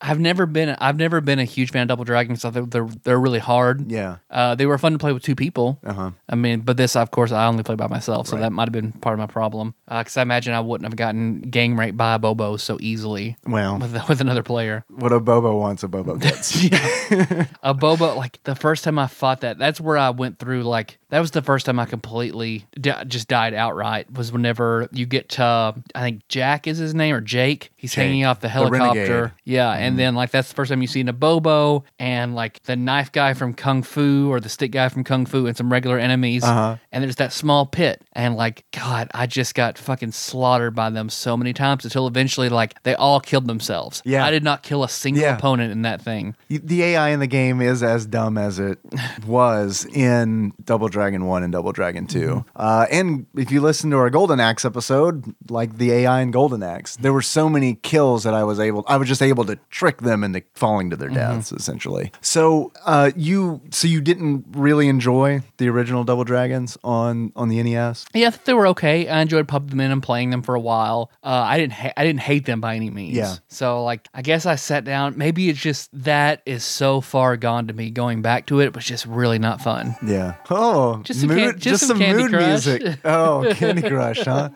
I've never been I've never been a huge fan of Double Dragon because I think they're they're really hard.
Yeah.
Uh, they were fun to play with two people. Uh-huh. I mean, but this, of course, I only play by myself, so that might have been part of my problem. Because I imagine I wouldn't have gotten gang raped by a Bobo so easily
Well,
with, with another player.
what a Bobo wants, a Bobo gets.
Yeah. a boba like the first time i fought that that's where i went through like that was the first time i completely di- just died outright was whenever you get to i think jack is his name or jake he's
Jake,
hanging off the
the renegade. Mm-hmm.
helicopter yeah and then like that's the first time you've seen a bobo and like the knife guy from kung fu or the stick guy from kung fu and some regular enemies
Uh-huh.
and there's that small pit and like god i just got fucking slaughtered by them so many times until eventually like they all killed themselves
Yeah.
i did not kill a single
Yeah.
opponent in that thing
The AI in the game is as dumb as it was in Double Dragon 1 and Double Dragon 2. Uh, and if you listen to our Golden Axe episode, like the AI in Golden Axe, there were so many kills that I was able, I was just able to trick them into falling to their deaths, essentially. So uh, you, so you didn't really enjoy the original Double Dragons on on the E NES?
Yeah, I thought they were okay. I enjoyed pumping them in and playing them for a while. Uh, I didn't ha- I didn't hate them by any means.
Yeah.
So like I guess I sat down. Maybe it's just that is so far gone to me. Going back to it was just really not fun.
Yeah. Oh,
Just some can- just some Candy
mood
Crush.
music. Oh, Candy Crush, huh?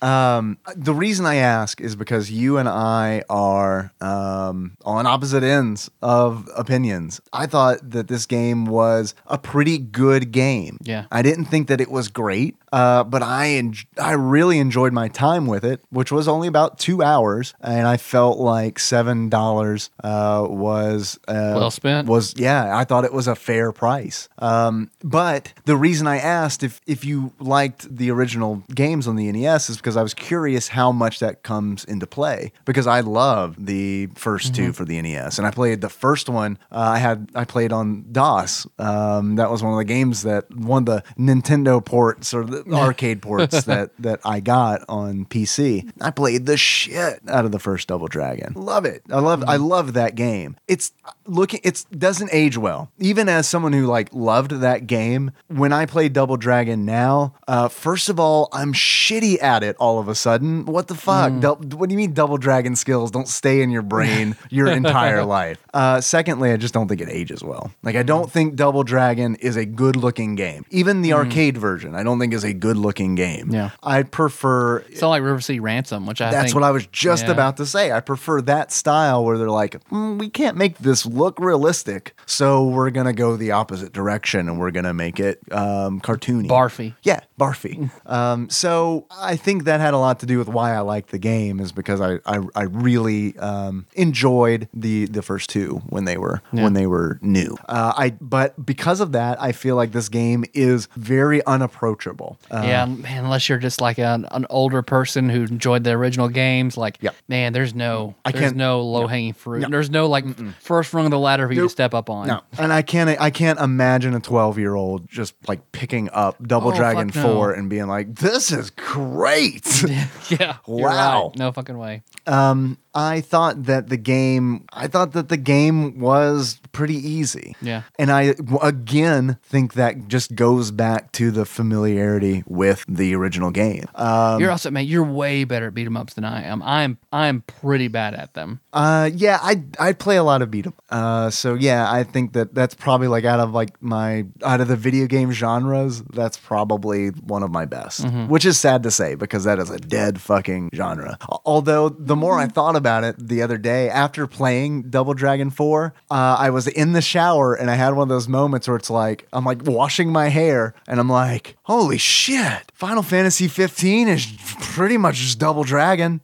Um, the reason I ask is because you and I are um, on opposite ends of opinions. I thought that this game was a pretty good game.
Yeah.
I didn't think that it was great, uh, but I en- I really enjoyed my time with it, which was only about two hours, and I felt like seven dollars uh, was uh,
Well spent.
was yeah, I thought it was a fair price. Um, but the reason I asked if if you liked the original games on the NES is because I was curious how much that comes into play because I love the 1st two for the NES, and I played the first one. Uh, I had I played on DOS. Um, that was one of the games that one of the Nintendo ports or the arcade ports that that I got on PC. I played the shit out of the first Double Dragon. Love it. I love I love that game. It's looking it's doesn't age well. Even as someone who like loved that game, when I play Double Dragon now, uh, first of all, I'm shitty at it all of a sudden. What the fuck? Dou- what do you mean Double Dragon skills don't stay in your brain your entire life? Uh, secondly, I just don't think it ages well. Like I don't think Double Dragon is a good looking game. Even the arcade version, I don't think is a good looking game.
Yeah.
I prefer
It's not like River City Ransom, which I
that's
think,
what I was just
yeah.
about to say. I prefer that style where they're like, "Mm, we can't make this look realistic, so we're gonna go the opposite direction and we're gonna make it um, cartoony,
Barfy.
Yeah, barfy.
Mm.
um, so I think that had a lot to do with why I liked the game is because I I, I really um, enjoyed the the first two when they were when they were new. Uh, I but because of that, I feel like this game is very unapproachable. Uh,
yeah, man, unless you're just like an, an older person who enjoyed the original games, like
Yeah.
man, there's no
I
there's
can't-
no low hanging fruit. There's no like first rung of the ladder for you to
Nope.
step up on.
No, and I can't. I can't imagine a twelve-year-old just like picking up Double
Oh,
Dragon
fuck no.
Four and being like, "This is great."
Yeah. you're
Wow.
right. No fucking way.
um, I thought that the game. I thought that the game was pretty easy.
Yeah.
and I w- again think that just goes back to the familiarity with the original game. Um,
you're also man, you're way better at beat 'em ups than I am. I'm I'm pretty bad at them.
Uh, yeah, I I play a lot of beat 'em. Uh, so yeah, I think that that's probably like out of like my out of the video game genres, that's probably one of my best. Which is sad to say because that is a dead fucking genre. Al- Although the more I thought about it the other day after playing Double Dragon Four, uh, I was in the shower and I had one of those moments where it's like I'm like washing my hair and I'm like, holy shit, Final Fantasy 15 is pretty much just Double Dragon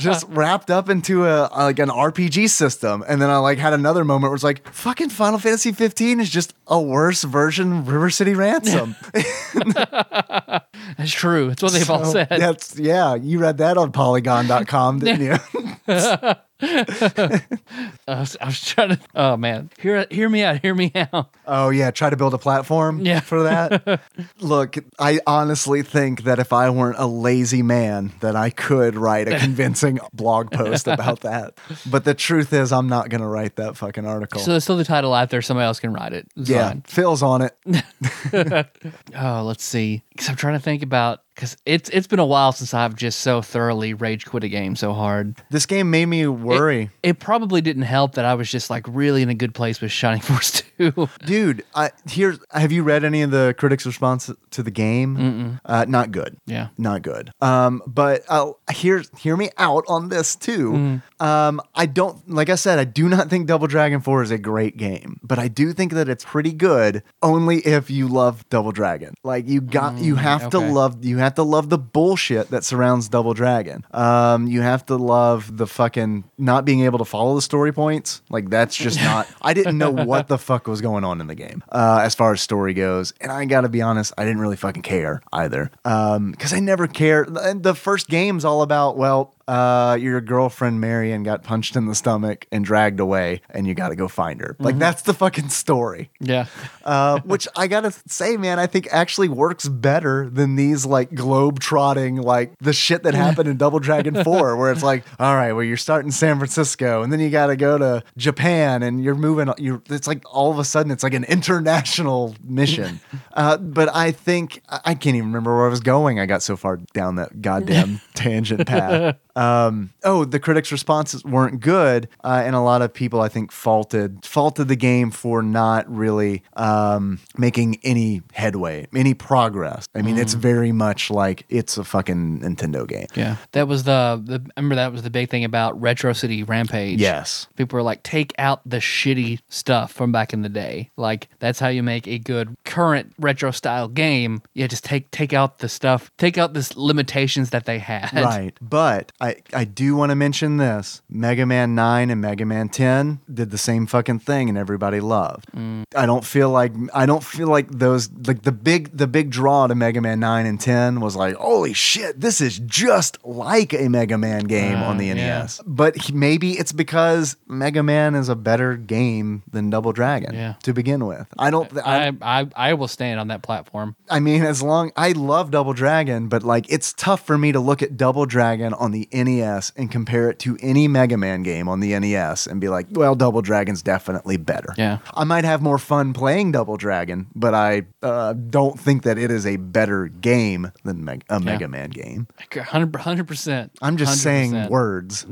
just wrapped up into a like an RPG system. And then I like had another moment where it's like, fucking Final Fantasy 15 is just a worse version of River City Ransom.
That's true. It's what they've all
So
said.
That's yeah, you read that on polygon.com, didn't you?
I was, I was trying to. Oh man, hear hear me out. Hear me out.
Oh yeah, try to build a platform
Yeah.
for that. Look, I honestly think that if I weren't a lazy man, that I could write a convincing blog post about that. But the truth is I'm not going to write that fucking article.
So it's still the title out there. Somebody else can write it. It's
yeah,
fine.
Phil's on it.
Oh, let's see. Because I'm trying to think about because it's it's been a while since I've just so thoroughly rage quit a game so hard.
This game made me worry.
It probably didn't help that I was just like really in a good place with Shining Force Two.
Dude, I here's have you read any of the critics' response to the game? Uh, not good.
Yeah.
not good. Um, but uh, hear hear me out on this too. Um, I don't like I said I do not think Double Dragon Four is a great game, but I do think that it's pretty good only if you love Double Dragon. Like you got you have to
okay.
love you have to love the bullshit that surrounds Double Dragon. Um, you have to love the fucking not being able to follow the story points. Like that's just not. I didn't know what the fuck was going on in the game uh, as far as story goes, and I gotta be honest, I didn't really fucking care either because I never care. And the first game's all about well. Uh, your girlfriend Marion got punched in the stomach and dragged away, and you got to go find her. Like that's the fucking story
Yeah.
uh, which I gotta say, man, I think actually works better than these like globe trotting, like the shit that happened in Double Dragon 4, where it's like, all right, well, you're starting in San Francisco and then you gotta go to Japan and you're moving, you're, it's like all of a sudden it's like an international mission. Uh, but I think, I I can't even remember where I was going. I got so far down that goddamn tangent path. Um, oh, the critics' responses weren't good, uh, and a lot of people I think faulted faulted the game for not really um, making any headway, any progress. I mean, it's very much like it's a fucking Nintendo game.
Yeah. That was the, the I remember that was the big thing about Retro City Rampage.
Yes.
People were like, take out the shitty stuff from back in the day. Like that's how you make a good current retro style game. Yeah, just take take out the stuff, take out the limitations that they had.
Right. But I, I do want to mention this Mega Man 9 and Mega Man 10 did the same fucking thing and everybody loved.
Mm.
I don't feel like I don't feel like those like the big the big draw to Mega Man 9 and 10 was like, "Holy shit, this is just like a Mega Man game on the
Mm, yeah.
NES." But he- maybe it's because Mega Man is a better game than Double Dragon
Yeah.
to begin with. I don't I,
I, I I will stand on that platform.
I mean, as long I love Double Dragon, but like it's tough for me to look at Double Dragon on the NES and compare it to any Mega Man game on the NES and be like, well, Double Dragon's definitely better.
Yeah.
I might have more fun playing Double Dragon, but I uh, don't think that it is a better game than Meg- a Mega Man game.
100 percent.
I'm just saying words.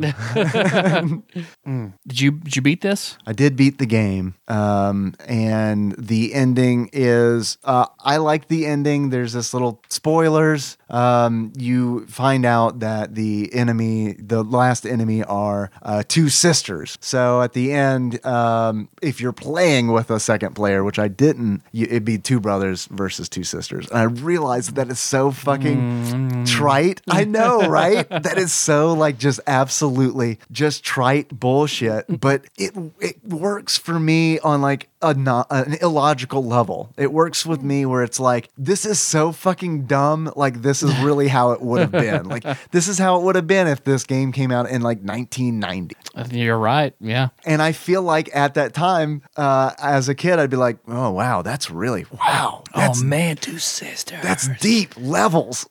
Did you did you beat this?
I did beat the game, um, and the ending is uh, I like the ending. There's this little spoilers. Um, you find out that the enemy, the last enemy, are uh, two sisters. So at the end, um, if you're playing with a second player, which I didn't, you, it'd be two brothers versus two sisters. And I realized that is so fucking trite. I know, right? that is so like just absolutely just trite bullshit, but it it works for me on like a not, an illogical level. It works with me where it's like this is so fucking dumb. Like this is really how it would have been. Like this is how it would have been if this game came out in like 1990.
I think Uh, You're right. Yeah.
And I feel like at that time, uh, as a kid, I'd be like, oh wow, that's really wow. That's,
oh man, two sisters.
that's deep levels.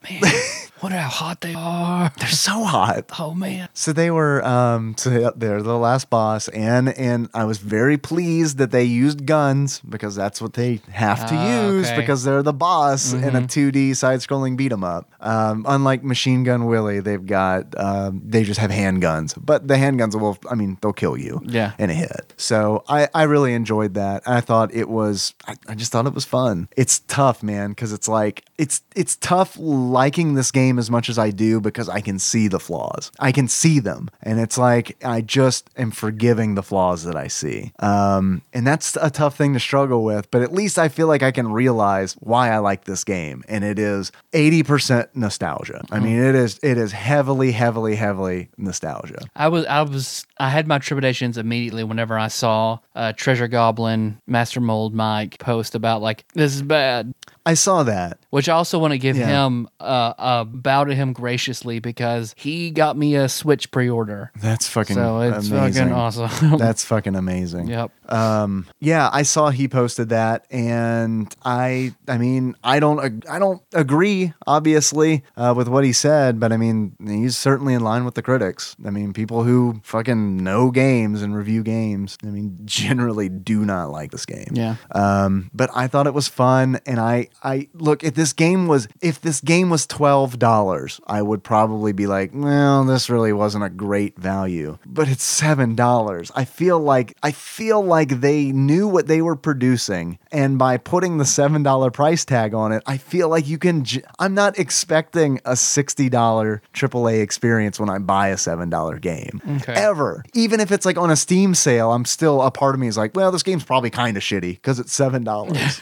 Wonder how hot they are.
They're so hot.
Oh man.
So they were um so they're the last boss and and I was very pleased that they used guns because that's what they have to
Ah,
use
okay.
because they're the boss in a 2D side scrolling beat 'em up. Um, unlike Machine Gun Willie, they've got um, they just have handguns, but the handguns will I mean they'll kill you
Yeah.
in a hit. So I I really enjoyed that. I thought it was I, I just thought it was fun. It's tough, man, because it's like it's it's tough liking this game as much as I do because I can see the flaws. I can see them, and it's like I just am forgiving the flaws that I see. Um, and that's a tough thing to struggle with. But at least I feel like I can realize why I like this game, and it is eighty percent nostalgia.
Hmm.
I mean, it is it is heavily, heavily, heavily nostalgia.
I was I was I had my trepidations immediately whenever I saw uh, Treasure Goblin Master Mold Mike post about like this is bad.
I saw that.
Which I also want to give
Yeah.
him uh, a bow to him graciously because he got me a Switch pre-order.
That's fucking
So it's
amazing.
fucking awesome.
That's fucking amazing.
yep.
Um, yeah, I saw he posted that, and I, I mean, I don't, ag- I don't agree, obviously, uh, with what he said, but I mean, he's certainly in line with the critics. I mean, people who fucking know games and review games, I mean, generally do not like this game.
Yeah.
Um, but I thought it was fun, and I, I look if this game was, if this game was twelve dollars, I would probably be like, well, this really wasn't a great value. But it's seven dollars. I feel like, I feel like they knew what they were producing, and by putting the seven dollar price tag on it, I feel like you can. J- I'm not expecting a sixty dollar AAA experience when I buy a seven dollar game
Okay.
ever. Even if it's like on a Steam sale, I'm still a part of me is like, well, this game's probably kind of shitty because it's seven dollars.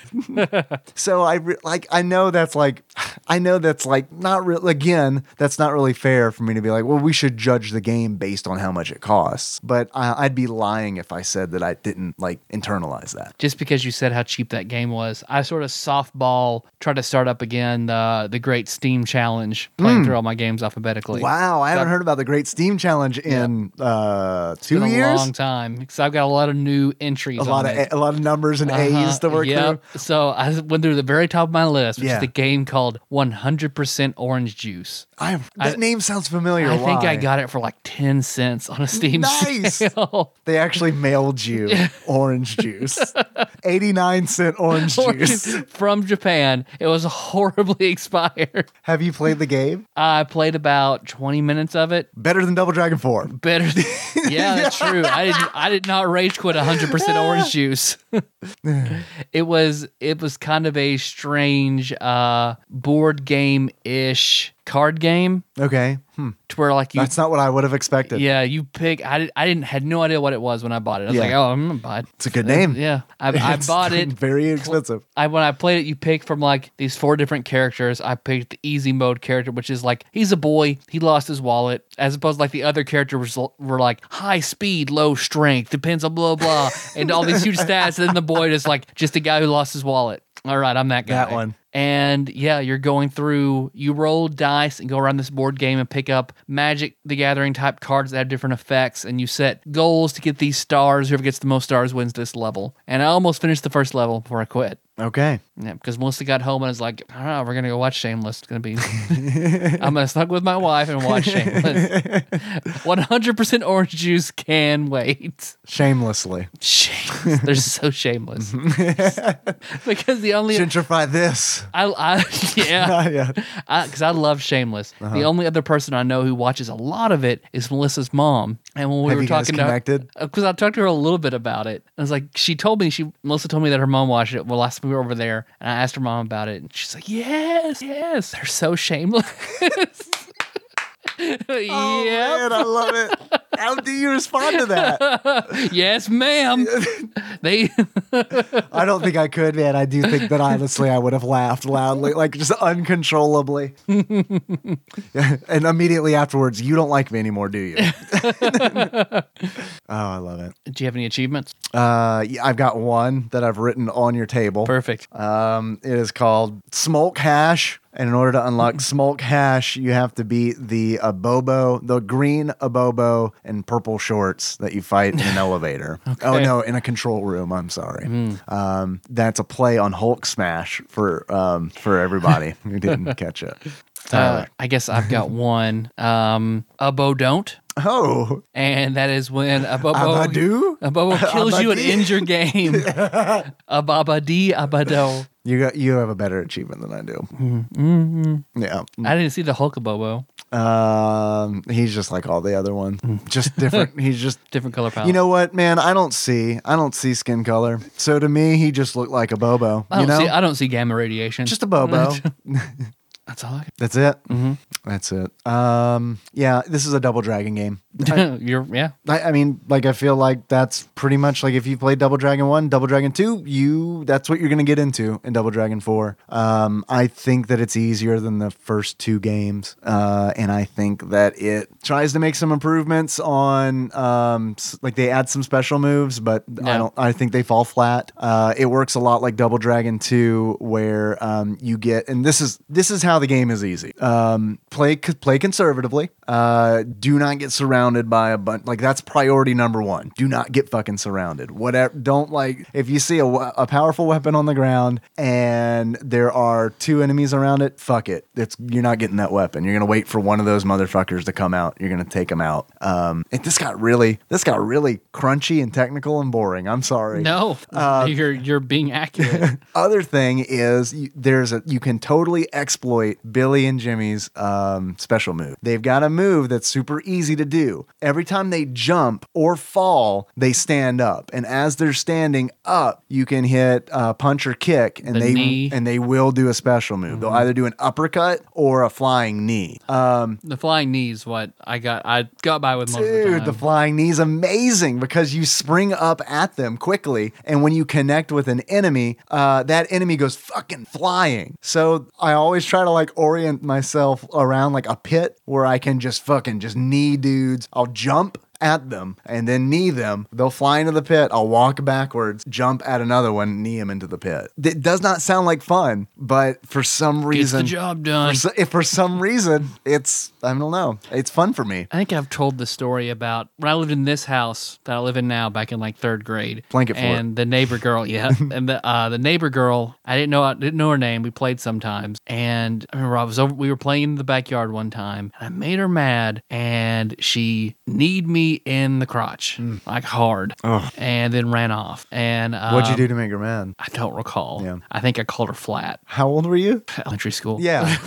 so I re- like I know that's like I know that's like not real. Again, that's not really fair for me to be like, well, we should judge the game based on how much it costs. But I, I'd be lying if I said that I didn't like internalize that.
Just because you said how cheap that game was, I sort of softball tried to start up again the the Great Steam Challenge, playing through all my games alphabetically.
Hmm. Wow, I haven't
That-
heard about the Great Steam Challenge in uh,
It's been
two
a
years.
long time because I've got a lot of new entries.
a lot
on
of e-,
it.
a lot of numbers and
Uh-huh,
A's to work through.
yep. So I went through the very top of my list, which
Yeah.
is the game called 100% Orange Juice.
I that name sounds familiar.
I think I
Why?
got it for like 10 cents on a Steam
Nice.
sale.
They actually mailed you orange juice. 89 cent orange juice.
From Japan. It was horribly expired.
Have you played the game?
I played about 20 minutes of of it.
Better than Double Dragon 4.
Better. yeah, that's true. I did. I did not rage quit 100 percent orange juice. it was. It was kind of a strange uh, board game ish card game
Okay. Hmm.
to where like you.
That's not what I would have expected.
yeah, you pick. I, did, I didn't had no idea what it was when I bought it. I was
Yeah.
like, oh, I'm gonna buy it.
It's a good name.
Yeah, I, I
It's
bought it.
Very expensive.
I when I played it, you pick from like these four different characters. I picked the easy mode character, which is like he's a boy, he lost his wallet, as opposed to like the other characters were, were like high speed, low strength, depends on blah blah, and all these huge stats. And then the boy is like just a guy who lost his wallet. All right, I'm that guy.
That one.
And yeah, you're going through, you roll dice and go around this board game and pick up Magic the Gathering type cards that have different effects. And you set goals to get these stars. Whoever gets the most stars wins this level. And I almost finished the first level before I quit.
Okay.
Yeah, because Melissa got home and was like, "All right, we're gonna go watch Shameless. It's gonna be, I'm gonna snuggle with my wife and watch Shameless. 100% orange juice can wait.
Shamelessly.
Shameless. They're so shameless because the only
Gentrify this.
I, I yeah,
Not yet.
because I, love Shameless.
Uh-huh.
The only other person I know who watches a lot of it is Melissa's mom. And when we
Have
were
you guys
talking
connected?
because I talked to her a little bit about it, I was like, she told me she Melissa told me that her mom watched it. Well, last we were over there, and I asked her mom about it, and she's like, "Yes, yes, they're so shameless."
Oh,
yep.
man, I love it. How do you respond to that?
Yes, ma'am. they
I don't think I could, man. I do think that honestly I would have laughed loudly, like just uncontrollably. Yeah, and immediately afterwards, you don't like me anymore, do you? oh, I love it.
Do you have any achievements?
Uh, yeah, I've got one that I've written on your table.
Perfect.
Um, it is called Smolk Hash. And in order to unlock Smolk Hash, you have to beat the Abobo, the green Abobo and purple shorts that you fight in an elevator. Oh, no, in a control room. I'm sorry. Um, that's a play on Hulk Smash for, um, for everybody who didn't catch it.
Uh, I guess I've got one. Um, a bo don't,
Oh,
and that is when a bo
Abadu?
A bubble kills you and
Abadi.
ends your game. A babadi abado.
You, got, you have a better achievement than I do. Yeah.
I didn't see the Hulkabobo.
Um, he's just like all the other ones, just different. he's just.
Different color palette.
You know what, man? I don't see. I don't see skin color. So to me, he just looked like a bobo.
I don't
you know,
Oh, see. I don't see gamma radiation.
just a bobo.
that's all. I can.
That's it. Mm-hmm. That's it. Um, yeah, this is a double dragon game.
You're yeah.
I, I mean, like I feel like that's pretty much like if you play Double Dragon One, Double Dragon Two, you that's what you're gonna get into in Double Dragon Four. Um, I think that it's easier than the first two games, uh, and I think that it tries to make some improvements on um, s- like they add some special moves, but I
Yeah.
don't. I think they fall flat. Uh, it works a lot like Double Dragon Two, where um, you get and this is this is how the game is easy. Um, play c- play conservatively. Uh, do not get surrounded by a bunch. Like that's priority number one. Do not get fucking surrounded. Whatever. Don't like if you see a, we- a powerful weapon on the ground and there are two enemies around it. Fuck it. It's you're not getting that weapon. You're gonna wait for one of those motherfuckers to come out. You're gonna take them out. Um, it, this got really this got really crunchy and technical and boring. I'm sorry
No,
Uh,
you're you're being accurate.
other thing is you, there's a you can totally exploit Billy and Jimmy's um, special move. They've got a move that's super easy to do. Every time they jump or fall, they stand up, and as they're standing up, you can hit uh, punch or kick, and
The
they
knee. Mm-hmm.
and they will do a special move. They'll either do an uppercut or a flying knee. Um,
the flying knees. What I got, I got by with most of the
Dude,
time.
the flying knee's amazing because you spring up at them quickly, and when you connect with an enemy, uh, that enemy goes fucking flying. So I always try to like orient myself around like a pit where I can just fucking just knee dudes. I'll jump at them and then knee them. They'll fly into the pit. I'll walk backwards, jump at another one, knee him into the pit. It does not sound like fun, but for some
Gets the
reason.
job
for
done.
so- if for some reason it's I don't know it's fun for me
I think I've told the story about when I lived in this house that I live in now back in like third grade.
Blanket fort.
and the neighbor girl, yeah, and the uh, the neighbor girl. I didn't know I didn't know her name. We played sometimes, and I remember I was over. We were playing in the backyard one time, and I made her mad, and she kneed me in the crotch
Mm.
like hard, and then ran off. And um,
What'd you do to make her mad?
I don't recall.
Yeah.
I think I called her flat.
How old were you?
Elementary school.
Yeah,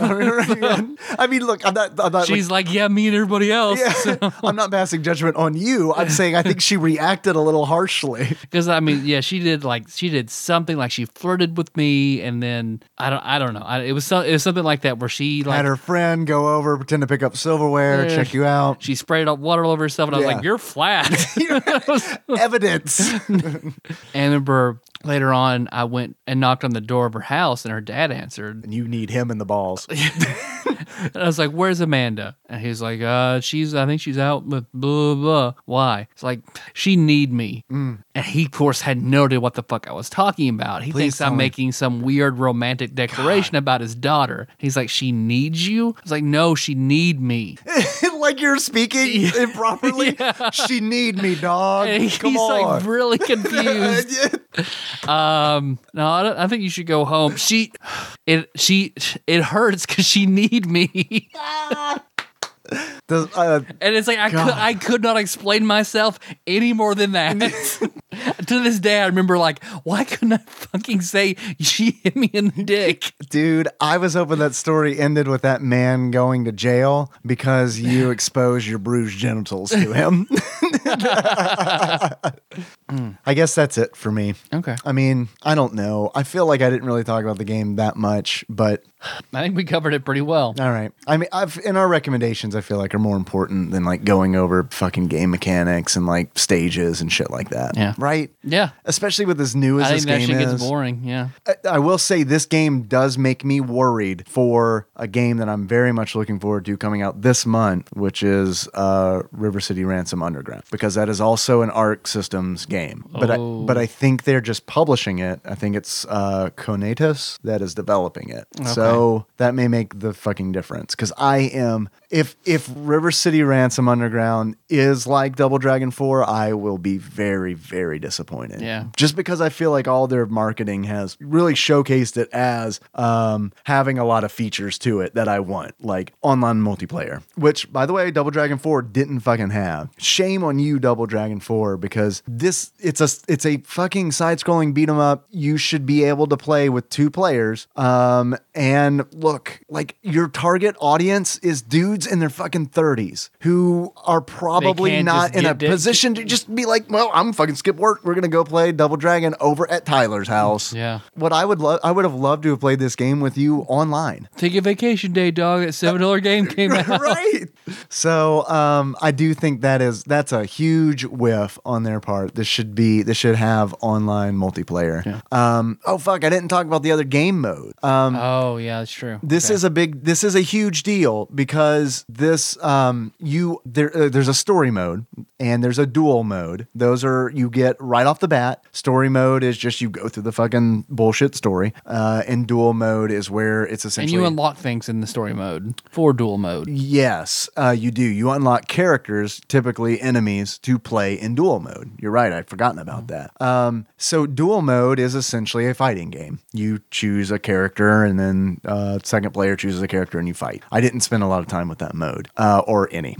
I mean, look, I'm not, I'm not,
She's like, yeah, me and everybody else.
like, yeah, I'm not passing judgment on you. I'm saying I think she reacted a little harshly.
Because I mean, yeah, she did like she did something like she flirted with me, and then I don't I don't know. I, it was so, it was something like that where she like
Had her friend go over, pretend to pick up silverware,
Yeah.
check you out.
she sprayed up water all over herself, and I was
Yeah.
like, "You're flat."
Evidence.
and I remember later on, I went and knocked on the door of her house, and her dad answered,
and you need him in the balls.
and I was like, "Where's Amanda?" And he's like, "Uh, she's I think she's out with blah blah. blah." Why? It's like she need me,
Mm.
and he of course had no idea what the fuck I was talking about. He thinks
tell
I'm
me.
making some weird romantic declaration about his daughter. He's like, "She needs you." I was like, "No, she need me."
like you're speaking improperly. She need me, dog.
And he's
Come on.
like really confused. um, no, I, don't, I think you should go home. She, it she it hurts because she need me.
Does- uh,
And it's like I could, I could not explain myself any more than that. to this day, I remember like, why couldn't I fucking say she hit me in the dick?
Dude, I was hoping that story ended with that man going to jail because you exposed your bruised genitals to him. I guess that's it for me.
Hmm. Okay,
I mean, I don't know. I feel like I didn't really talk about the game that much, but
I think we covered it pretty well.
all right. I mean, I've, and our recommendations I feel like are more important than like going over fucking game mechanics and like stages and shit like that.
Yeah.
Right?
Yeah,
Especially with as new as
I
this
think that
game
shit
is.
gets boring. Yeah,
I- I will say this game does make me worried for a game that I'm very much looking forward to coming out this month, which is uh, River City Ransom Underground, because that is also an Arc Systems game. But I,
Oh.
but I think they're just publishing it. I think it's uh, Conatus that is developing it. So that may make the fucking difference. Because I am if if River City Ransom Underground is like Double Dragon Four, I will be very very disappointed
Yeah.
just because I feel like all their marketing has really showcased it as um, having a lot of features to it that I want, like online multiplayer, which, by the way, Double Dragon 4 didn't fucking have. Shame on you, Double Dragon 4, because this it's a it's a fucking side-scrolling beat 'em up. You should be able to play with two players. Um, and look, like your target audience is dudes dudes in their fucking 30s who are probably
can't
not
just
in a
get dick.
position to just be like, well, I'm fucking skip work. We're gonna go play Double Dragon over at Tyler's house.
Yeah.
What I would love, I would have loved to have played this game with you online.
Take a vacation day, dog. That seven dollar game came out.
right. So um, I do think that is that's a huge whiff on their part. This should be this should have online multiplayer. Um, oh fuck, I didn't talk about the other game mode. Um,
Oh yeah, that's true.
this is a big this is a huge deal because this um you there uh, there's a story mode and there's a dual mode those are you get right off the bat story mode is just you go through the fucking bullshit story uh and dual mode is where it's
and
essentially
you unlock things in the story mode for dual mode.
Yes, uh, you do. You unlock characters, typically enemies, to play in dual mode. You're right. I'd forgotten about that. Um, so, dual mode is essentially a fighting game. You choose a character, and then uh, second player chooses a character, and you fight. I didn't spend a lot of time with that mode uh, or any.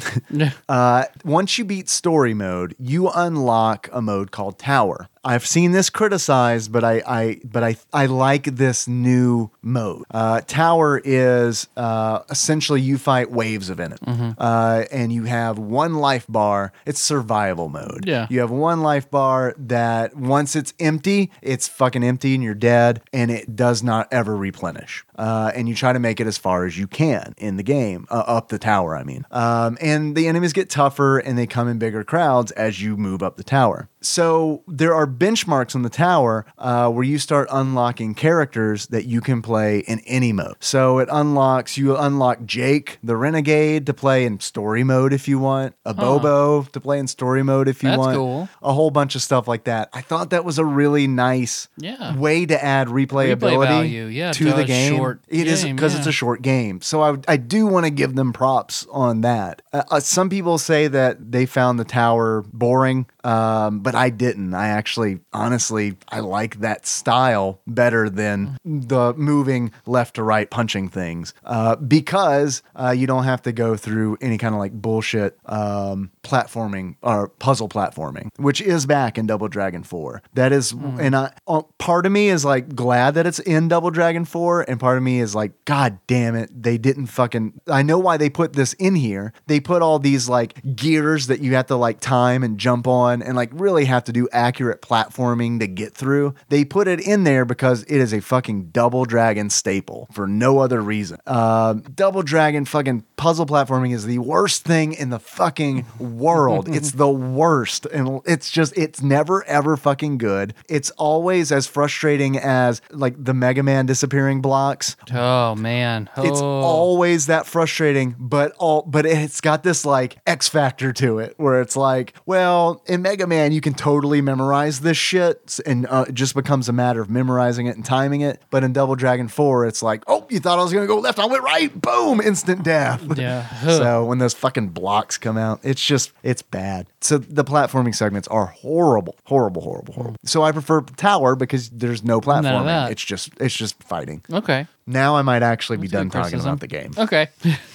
Uh, once you beat story mode, you unlock a mode called tower. I've seen this criticized, but I, I but I I like this new mode. Uh, tower is uh, essentially you fight waves of enemy, uh, and you have one life bar. It's survival mode.
Yeah.
you have one life bar that once it's empty, it's fucking empty, and you're dead, and it does not ever replenish. Uh, and you try to make it as far as you can in the game, uh, up the tower. I mean, um, and the enemies get tougher, and they come in bigger crowds as you move up the tower. So there are benchmarks on the tower uh, where you start unlocking characters that you can play in any mode. So it unlocks you unlock Jake the Renegade to play in story mode if you want, a Bobo to play in story mode if you
That's
want,
cool.
a whole bunch of stuff like that. I thought that was a really nice
Yeah.
way to add replayability
value, yeah,
to
to
the
a
game.
short
It is
game,
because it's
yeah.
a short game. So I, I do want to give them props on that. Uh, uh, some people say that they found the tower boring, um, but I didn't. I actually, honestly, I like that style better than the moving left to right punching things uh, because uh, you don't have to go through any kind of like bullshit um, platforming or puzzle platforming, which is back in Double Dragon 4. That is, and I, uh, part of me is like glad that it's in Double Dragon 4, and part of me is like, God damn it, they didn't fucking. I know why they put this in here. They put all these like gears that you have to like time and jump on and like really have to do accurate platforming to get through. They put it in there because it is a fucking Double Dragon staple for no other reason. Um, Double Dragon fucking puzzle platforming is the worst thing in the fucking world. it's the worst. And it's just, it's never ever fucking good. It's always as frustrating as like the Mega Man disappearing blocks.
Oh man. Oh.
It's always that frustrating, but all but it's got this like X factor to it where it's like, well, in Mega Man you can totally memorize this shit and uh, it just becomes a matter of memorizing it and timing it. But in Double Dragon 4, it's like, "Oh, you thought I was going to go left, I went right. Boom, instant death."
Yeah.
so when those fucking blocks come out, it's just it's bad. So the platforming segments are horrible, horrible, horrible, horrible. So I prefer Tower because there's no
of
platforming.
that.
It's just it's just fighting.
okay.
Now I might actually be
good
done talking
criticism.
about the game.
Okay.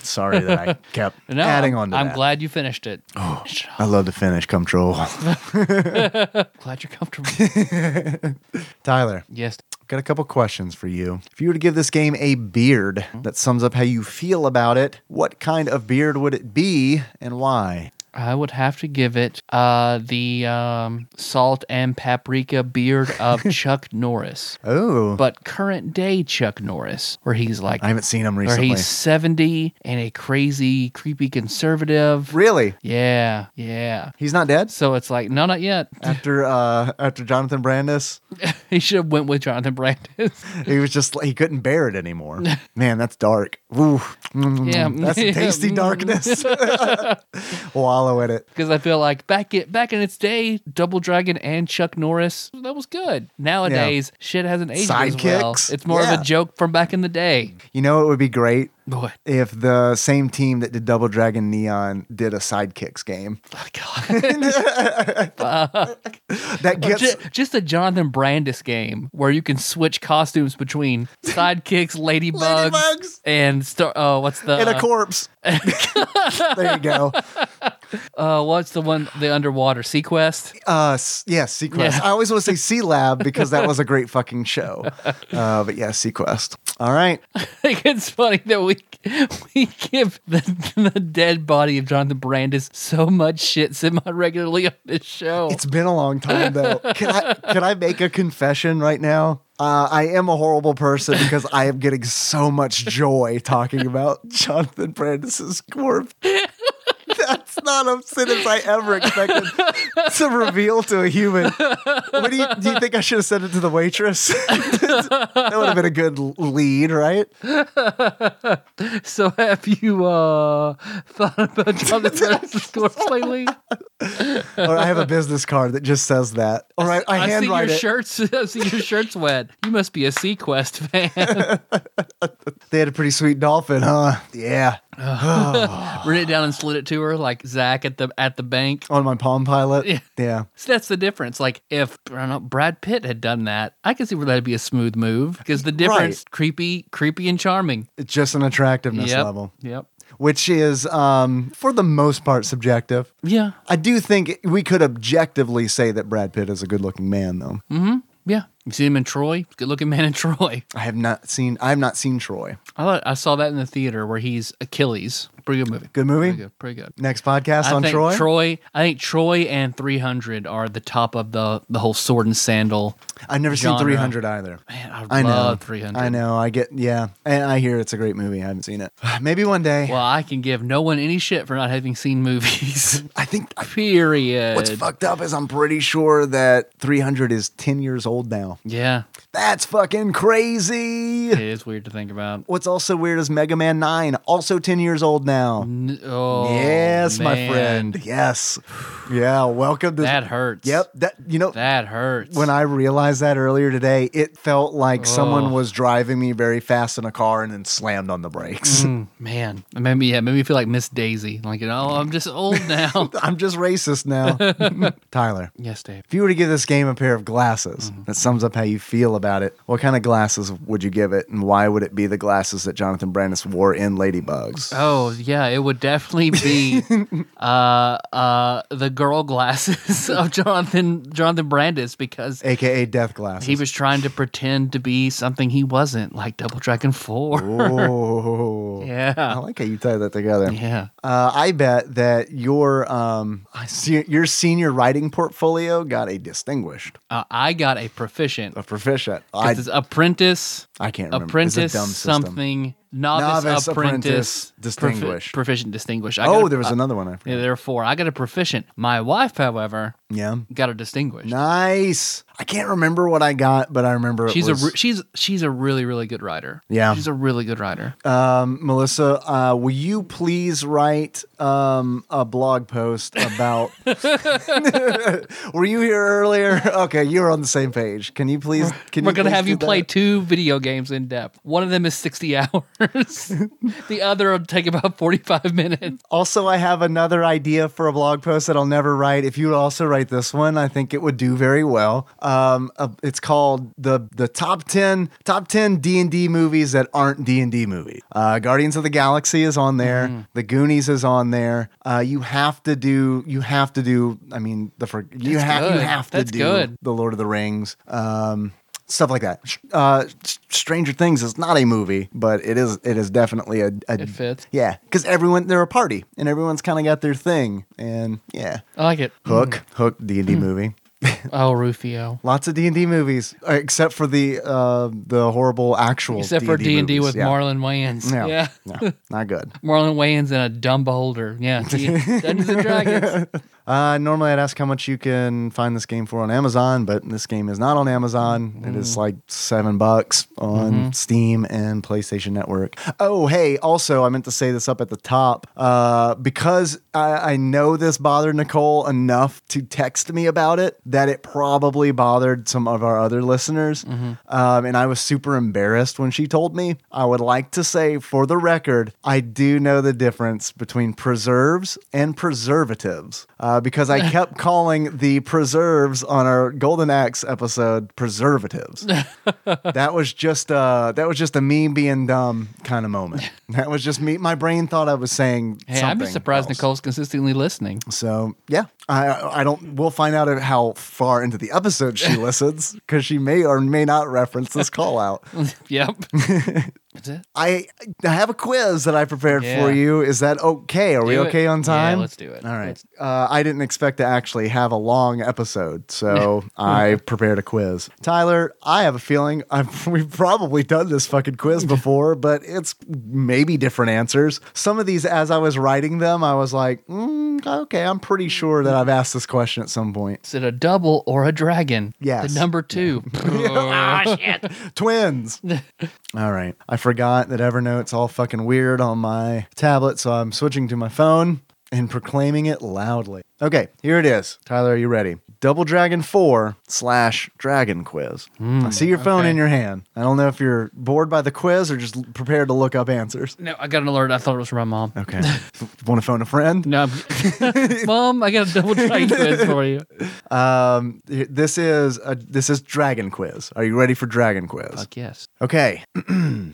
Sorry that I kept
No,
adding
I'm-
on to
I'm
that.
glad you finished it. Oh.
I love to finish control.
Glad you're comfortable.
Tyler,
yes.
got a couple questions for you. If you were to give this game a beard that sums up how you feel about it, what kind of beard would it be and why?
I would have to give it uh, the um, salt and paprika beard of Chuck Norris,
Oh,
but current day Chuck Norris, where he's like,
I haven't seen him
where
recently.
he's seventy and a crazy, creepy conservative.
Really?
Yeah, yeah.
He's not dead?
So it's like, no, not yet.
After uh after Jonathan Brandis,
he should have went with Jonathan Brandis.
he was just he couldn't bear it anymore. Man, that's dark. Ooh, mm,
yeah,
that's tasty darkness. Wallow in it.
Because I feel like back it back in its day, Double Dragon and Chuck Norris, that was good. Nowadays, shit hasn't aged as well.
Sidekicks?
It's more of
Yeah.
a joke from back in the day.
You know, it would be great
What?
if the same team that did Double Dragon Neon did a sidekicks game
Oh, God.
that gets
Ju- just a Jonathan Brandis game where you can switch costumes between sidekicks, ladybugs, uh,
Ladybugs.
and star. Oh, what's the
in a corpse. there you go.
Uh, what's the one? The underwater Sequest.
Uh, s- yeah, Sequest.
Yeah.
I always want to say Sea Lab because that was a great fucking show. Uh, but yeah, Sequest. All right.
think it's funny that we we give the, the dead body of Jonathan Brandis so much shit semi regularly on this show.
It's been a long time though. Can I can I make a confession right now? Uh, I am a horrible person because I am getting so much joy talking about Jonathan Brandis's corpse. That's not a sentence I ever expected to reveal to a human. What do you do? You think I should have said it to the waitress? that would have been a good l- lead, right?
so have you uh, thought about Jonathan Brandis' corpse lately?
Or I have a business card that just says that. Or I, I,
I see your
handwrite it.
shirts. I see your shirts wet. You must be a Sequest fan.
They had a pretty sweet dolphin, huh? Yeah,
Written it down and slid it to her like Zach at the at the bank.
on my Palm Pilot.
Yeah.
yeah.
So that's the difference. Like if I don't know, Brad Pitt had done that, I could see where that'd be a smooth move because the difference creepy, creepy and charming.
just an attractiveness
Yep.
level,
Yep.
which is um, for the most part subjective.
Yeah.
I do think we could objectively say that Brad Pitt is a good-looking man, though.
Yeah. You see him in Troy? Good looking man in Troy.
I have not seen. I have not seen Troy.
I, thought- I saw that in the theater where he's Achilles. Pretty good movie.
Good movie.
Pretty good. Pretty good.
Next podcast
I
on
think
Troy.
I think Troy and 300 are the top of the the whole sword and sandal.
I've never
genre.
seen 300 either.
Man, I,
I know.
love 300.
I know. I get. Yeah, and I hear it's a great movie. I haven't seen it. Maybe one day.
Well, I can give no one any shit for not having seen movies.
I think
Period.
what's fucked up is I'm pretty sure that 300 is 10 years old now.
yeah.
That's fucking crazy.
It is weird to think about.
What's also weird is Mega Man 9, also 10 years old now.
N- Oh,
yes, my
man.
friend. Yes. Yeah, welcome to
That hurts.
Yep, that you know
That hurts.
when I realized that earlier today, it felt like
Oh.
someone was driving me very fast in a car and then slammed on the brakes.
Mm, man, it made me yeah, it made me feel like Miss Daisy. Like, you know, I'm just old now.
I'm just racist now. Tyler,
yes, Dave.
if you were to give this game a pair of glasses
Mm-hmm.
that sums up how you feel about it, what kind of glasses would you give it and why would it be the glasses that Jonathan Brandis wore in Ladybugs?
Oh yeah, it would definitely be uh, uh, the girl glasses of Jonathan Jonathan Brandis because
AKA death glasses.
he was trying to pretend to be something he wasn't, like Double Dragon Four.
Oh. I
Yeah,
like how you tie that together.
yeah.
Uh, I bet that your um, se- your senior writing portfolio got a distinguished,
Uh, I got a proficient.
a proficient. I,
'Cause it's apprentice,
I can't remember. It's a
apprentice,
dumb system.
something novice, apprentice,
Novice, apprentice,
profi-
distinguished.
proficient, distinguished. I got
Oh,
a-
there was another one. I
Yeah,
forgot.
there are four. I got a proficient. My wife, however,
Yeah.
got a distinguished.
Nice. I can't remember what I got, but I remember it
she's
was,
a re- she's she's a really really good writer.
Yeah.
she's a really good writer.
um, Melissa, uh, will you please write um, a blog post about? were you here earlier? Okay, you were on the same page. Can you please? Can
We're gonna
please
have
do
you play
that?
two video games in depth. One of them is sixty hours. the other will take about forty five minutes.
Also, I have another idea for a blog post that I'll never write. If you would also write this one, I think it would do very well. Um, uh, it's called the the top ten top ten D and D movies that aren't D and D movies. Uh, Guardians of the Galaxy is on there.
Mm-hmm.
The Goonies is on there. Uh, you have to do you have to do. I mean, the for, you
That's
have you
good.
have to
That's
do
good.
the Lord of the Rings. Um, Stuff like that. Sh- Uh, S- Stranger Things is not a movie, but it is it is definitely a, a
It fits.
yeah, because everyone they're a party and everyone's kind of got their thing, and yeah,
I like it.
Hook, Hook, D and
Mm.
D movie,
Oh, Rufio.
lots of D and D movies uh, except for the uh, the horrible actual
Except for D and D
movies.
with
yeah.
Marlon Wayans.
No,
yeah.
no, not good.
Marlon Wayans and a dumb beholder. Yeah. Dungeons and Dragons.
Uh, normally, I'd ask how much you can find this game for on Amazon, but this game is not on Amazon. It is like seven bucks on Steam and PlayStation Network. Oh, hey, also, I meant to say this up at the top uh, because I, I know this bothered Nicole enough to text me about it that it probably bothered some of our other listeners.
Mm-hmm.
Um, and I was super embarrassed when she told me. I would like to say, for the record, I do know the difference between preserves and preservatives. Uh, uh, because I kept calling the preserves on our Golden Axe episode preservatives. that was just uh, that was just a me being dumb kind of moment. That was just me. My brain thought I was saying.
Hey, I'm just
something
surprised
else.
Nicole's consistently listening.
So yeah, I I don't. We'll find out how far into the episode she listens because she may or may not reference this call out.
Yep. That's it.
I I have a quiz that I prepared
Yeah.
for you. Is that okay? Are we
Do it.
okay on
Yeah,
time?
let's do it.
All right.
Let's-
Uh, I didn't expect to actually have a long episode, so I prepared a quiz. Tyler, I have a feeling I've, we've probably done this fucking quiz before, but it's maybe different answers. Some of these, as I was writing them, I was like, mm, okay, I'm pretty sure that I've asked this question at some point.
Is it a double or a dragon?
Yes.
The number two. Ah, shit.
Twins. all right. I forgot that Evernote's all fucking weird on my tablet, so I'm switching to my phone and proclaiming it loudly. Okay, here it is. Tyler, are you ready? Double Dragon 4 slash Dragon Quiz. I see your phone
Hmm, okay.
in your hand. I don't know if you're bored by the quiz or just l- prepared to look up answers.
No, I got an alert. I thought it was from my mom.
Okay. Want to phone a friend?
No, I'm- mom, I got a double dragon quiz for you.
Um, this is a, this is Dragon Quiz. Are you ready for Dragon Quiz?
Fuck yes.
Okay.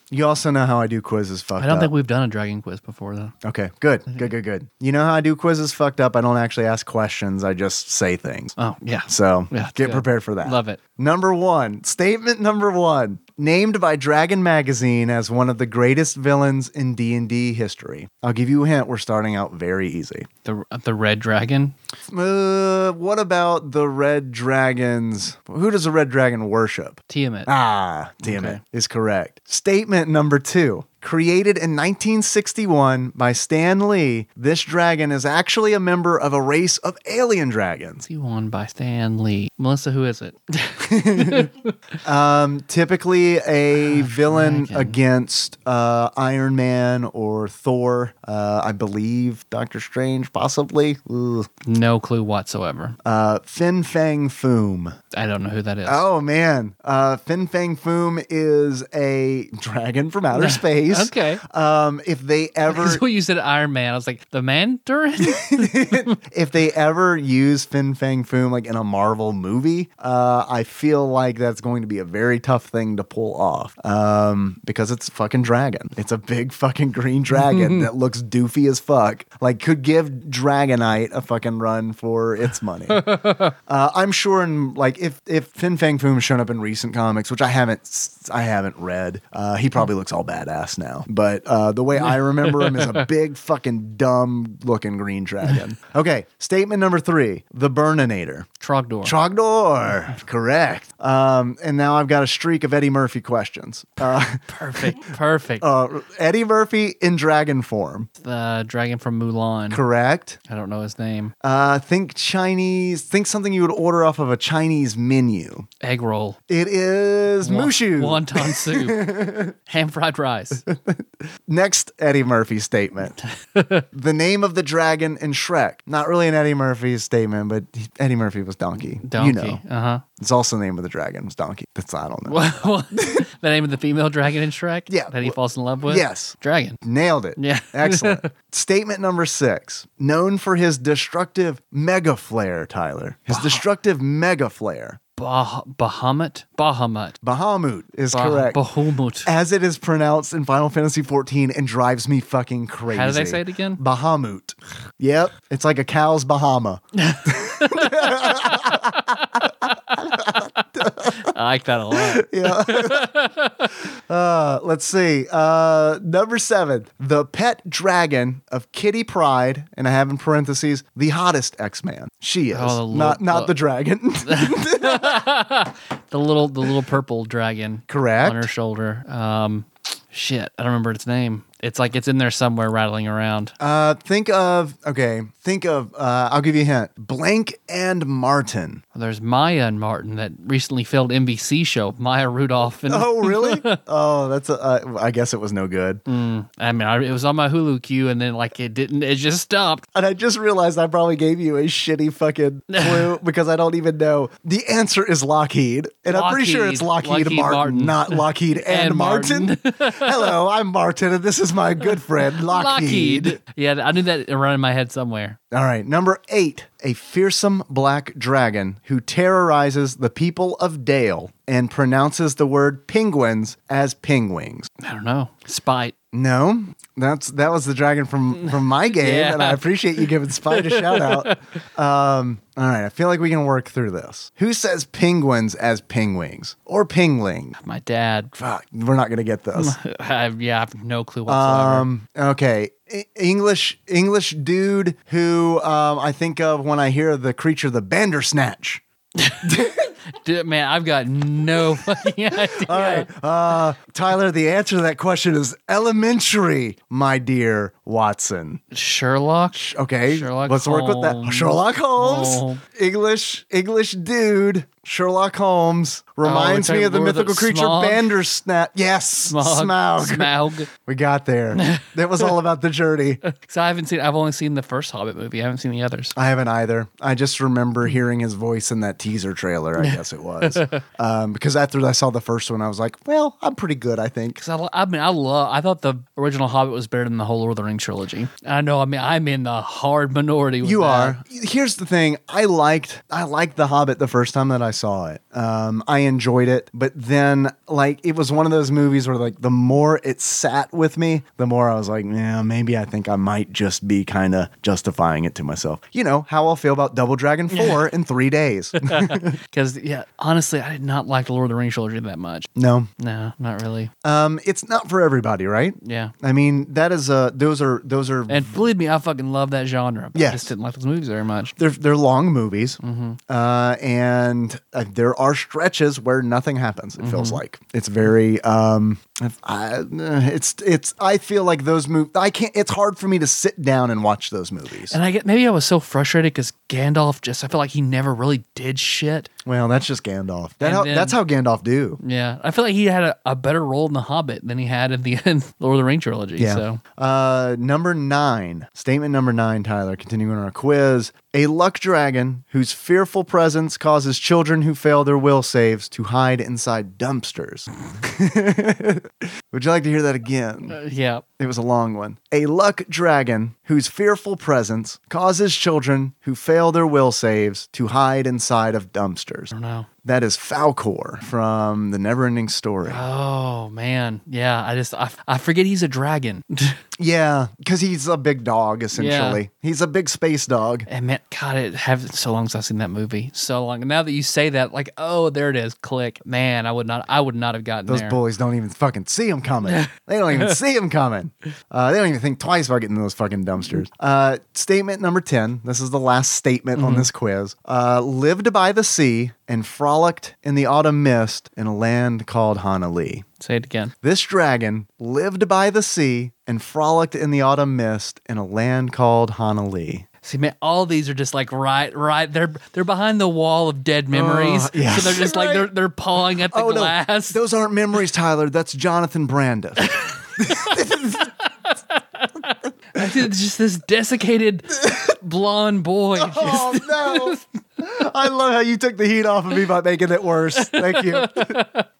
you also know how I do quizzes fucked
I don't
up.
think we've done a dragon quiz before though.
Okay, good,
Mm-hmm.
good, good, good. You know how I do quizzes fucked up? I don't actually ask questions, I just say things.
Oh yeah.
So
Yeah,
get
good.
prepared for that.
Love it.
Number one, statement number one, named by Dragon Magazine as one of the greatest villains in D&D history. I'll give you a hint, we're starting out very easy.
The the red dragon.
Uh, what about the Red Dragons? Who does the Red Dragon worship?
Tiamat.
Ah, damn
Okay.
it. Is correct. Statement number two. Created in 1961 by Stan Lee, this dragon is actually a member of a race of alien dragons.
See one by Stan Lee. Melissa, who is it?
Um, typically a villain
Ah, dragon.
against uh, Iron Man or Thor, uh, I believe Doctor Strange, possibly. Ugh.
no clue whatsoever.
Uh, Fin Fang Foom.
I don't know who that is.
Oh man, uh, Fin Fang Foom is a dragon from outer space.
Okay.
Um, if they ever,
That's what you said, Iron Man. I was like, the Mandarin?
if they ever use Fin Fang Foom like in a Marvel movie, uh, I feel like that's going to be a very tough thing to pull off. Um, because it's a fucking dragon. It's a big fucking green dragon that looks doofy as fuck. Like could give Dragonite a fucking run for its money. Uh, I'm sure in like if if Fin Fang Foom shown up in recent comics, which I haven't s- I haven't read, uh, he probably looks all badass now. But uh, the way I remember him is a big fucking dumb looking green dragon. Okay, statement number three: the Burninator.
Trogdor.
Trogdor, correct. Um, and now I've got a streak of Eddie Murphy questions. Uh,
perfect. Perfect.
uh, Eddie Murphy in dragon form,
the dragon from Mulan.
correct.
I don't know his name.
Uh, think Chinese. Think something you would order off of a Chinese menu.
Egg roll.
It is
Wa-
Mushu.
Wonton soup. Ham fried rice.
Next Eddie Murphy statement. the name of the dragon in Shrek. Not really an Eddie Murphy statement, but he- Eddie Murphy was Donkey.
Donkey.
You know.
Uh
It's also the name of the dragon was Donkey. That's I don't know.
huh. the name of the female dragon in Shrek?
Yeah.
That he falls in love with?
Yes.
Dragon.
Nailed it.
Yeah.
Excellent. Statement number six. Known for his destructive mega flare, Tyler. His destructive mega flare.
Bah- Bahamut? Bahamut.
Bahamut is
Bah-
correct.
Bahamut.
as it is pronounced in Final Fantasy XIV and drives me fucking crazy.
How do they say it again?
Bahamut. Yep, it's like a cow's Bahama.
I like that a lot.
Yeah. uh, let's see. Uh, number seven, the pet dragon of Kitty Pride, and I have in parentheses the hottest X Man. She is
Oh, the
not
lo-
not
lo-
the dragon.
The little the little purple dragon.
Correct.
On her shoulder. Um shit. I don't remember its name. It's like it's in there somewhere rattling around.
uh, think of okay. Think of uh, I'll give you a hint. Blank and Martin.
There's Maya and Martin that recently failed NBC show, Maya Rudolph and
Oh really? oh, that's a, uh, I guess it was no good.
I mean, I, it was on my Hulu queue, and then like it didn't. It just stopped.
And I just realized I probably gave you a shitty fucking clue because I don't even know. The answer is Lockheed. And I'm pretty sure it's
Lockheed. Lockheed
Lockheed,
Martin.
Martin, not Lockheed and,
And
Martin.
Martin.
Hello, I'm Martin, and this is my good friend Lockheed.
Yeah, I knew that around in my head somewhere.
All right, number eight, a fearsome black dragon who terrorizes the people of Dale and pronounces the word penguins as penguins.
I don't know. Spite.
No, that's that was the dragon from from my game,
Yeah.
and I appreciate you giving Spite a shout out. Um, all right, I feel like we can work through this. Who says penguins as penguins or pingling?
My dad.
Fuck, we're not gonna get this.
I, yeah, I have no clue whatsoever.
Um, okay. E- English English dude who um, I think of when I hear the creature the bandersnatch.
Dude, man, I've got no fucking idea.
All right. Uh, Tyler, the answer to that question is elementary, my dear Watson.
Sherlock.
Okay.
Sherlock
let's work with that.
Holmes.
Sherlock Holmes.
Oh.
English English dude. Sherlock Holmes reminds
Oh,
me
it's
of the
like Lord of the
mythical creature
Smaug?
Bandersnatch. Yes, Smaug.
Smaug.
We got there. That was all about the journey.
So I haven't seen. I've only seen the first Hobbit movie. I haven't seen the others.
I haven't either. I just remember hearing his voice in that teaser trailer. I guess it was um, because after I saw the first one, I was like, "Well, I'm pretty good, I think."
Cause I, lo- I mean, I love. I thought the original Hobbit was better than the whole Lord of the Rings trilogy. I know. I mean, I'm in the hard minority. With
You
that.
are. Here's the thing. I liked I liked The Hobbit the first time that I saw it. Um, I enjoyed it, but then like it was one of those movies where like the more it sat with me, the more I was like, yeah, maybe I think I might just be kind of justifying it to myself. You know how I'll feel about Double Dragon Four in three days.
Because yeah, honestly, I did not like the Lord of the Rings trilogy that much.
no,
No, not really.
um, it's not for everybody, right?
Yeah.
I mean, that is a those are those are
And believe me, I fucking love that genre. But
Yes.
I just didn't like those movies very much.
they're they're long movies,
Mm-hmm.
uh, and uh, there are stretches where nothing happens. It feels
Mm-hmm.
like it's very. Um, I, it's it's. I feel like those movies. I can't. It's hard for me to sit down and watch those movies.
And I get maybe I was so frustrated because Gandalf just I feel like he never really did shit.
well, that's just Gandalf. That
And
how,
then-
that's how Gandalf do.
Yeah, I feel like he had a, a better role in the Hobbit than he had in the in Lord of the Rings trilogy.
Yeah.
So
Uh, number nine, statement number nine, Tyler, continuing our quiz. A luck dragon whose fearful presence causes children who fail their will saves to hide inside dumpsters. Would you like to hear that again?
uh, yeah,
It was a long one. A luck dragon whose fearful presence causes children who fail their will saves to hide inside of dumpsters.
I don't know.
That is Falcor from The Neverending Story.
Oh man, yeah. I just I, I forget he's a dragon.
Yeah, because he's a big dog, essentially. He's a big space dog.
and man, God, it have so long since I've seen that movie. So long. And now that you say that, like, oh, there it is. Click, man. I would not. I would not have gotten
Those
there.
bullies don't even fucking see him coming. they don't even see him coming. Uh, they don't even think twice about getting in those fucking dumpsters. Uh, statement number 10. This is the last statement
Mm-hmm.
on this quiz. Uh, lived by the sea and frolicked in the autumn mist in a land called Hanalei.
Say it again.
This dragon lived by the sea and frolicked in the autumn mist in a land called Hanalei.
See, man, all these are just like right, right. They're they're behind the wall of dead memories.
yes.
So they're just like they're they're pawing at the
Oh,
glass.
those aren't memories, Tyler. That's Jonathan Brandis.
It's just this desiccated blonde boy.
Oh no! I love how you took the heat off of me by making it worse. Thank you.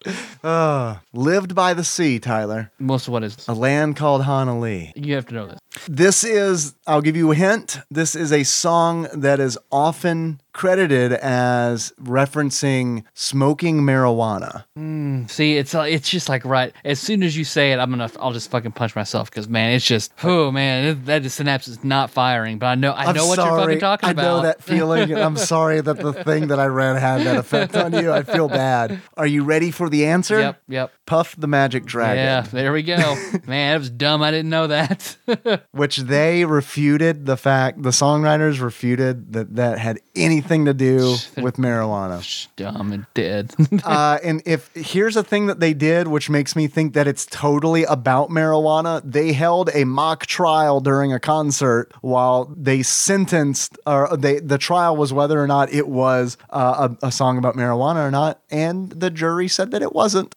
Ah, lived by the sea, Tyler.
Most of what is
A land called Honolulu.
you have to know this.
This is, I'll give you a hint. This is a song that is often credited as referencing smoking marijuana.
See, it's uh, it's just like right. As soon as you say it, I'm gonna I'll just fucking punch myself because man, it's just oh man, it, that just synapse is not firing. But I know I
I'm
know what
sorry.
you're fucking talking about.
I know that feeling. and I'm sorry that the thing that I read had that effect on you. I feel bad. Are you ready for the answer?
Yep, yep.
Puff the Magic Dragon.
Yeah, there we go. man, that was dumb. I didn't know that.
which they refuted the fact the songwriters refuted that that had anything to do with marijuana
dumb and dead.
uh, and if here's a thing that they did which makes me think that it's totally about marijuana they held a mock trial during a concert while they sentenced or they the trial was whether or not it was uh, a, a song about marijuana or not and the jury said that it wasn't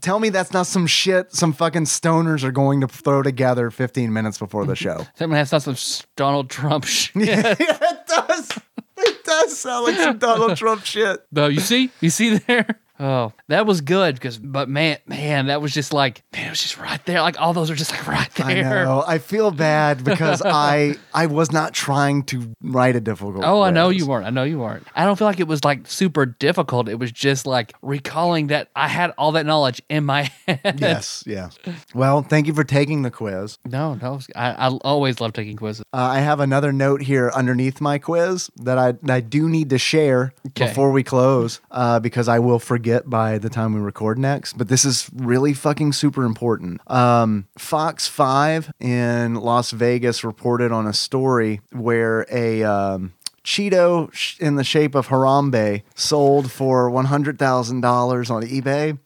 tell me that's not some shit some fucking stoners are going to throw together 15 minutes before the show
Someone has not some s- Donald Trump shit.
it does. It does sound like some Donald Trump shit.
Though you see, you see there. Oh, that was good because, but man, man, that was just like, man, it was just right there. Like all those are just like right there.
I know. I feel bad because I I was not trying to write a difficult.
Oh, I know
quiz.
you weren't. I know you weren't. I don't feel like it was like super difficult. It was just like recalling that I had all that knowledge in my head.
Yes, yeah. Well, thank you for taking the quiz.
No, no. I, I always love taking quizzes.
Uh, I have another note here underneath my quiz that I that I do need to share
Okay.
before we close uh, because I will forget by the time we record next. But this is really fucking super important. Um, Fox Five in Las Vegas reported on a story where a um, Cheeto sh- in the shape of Harambe sold for one hundred thousand dollars on eBay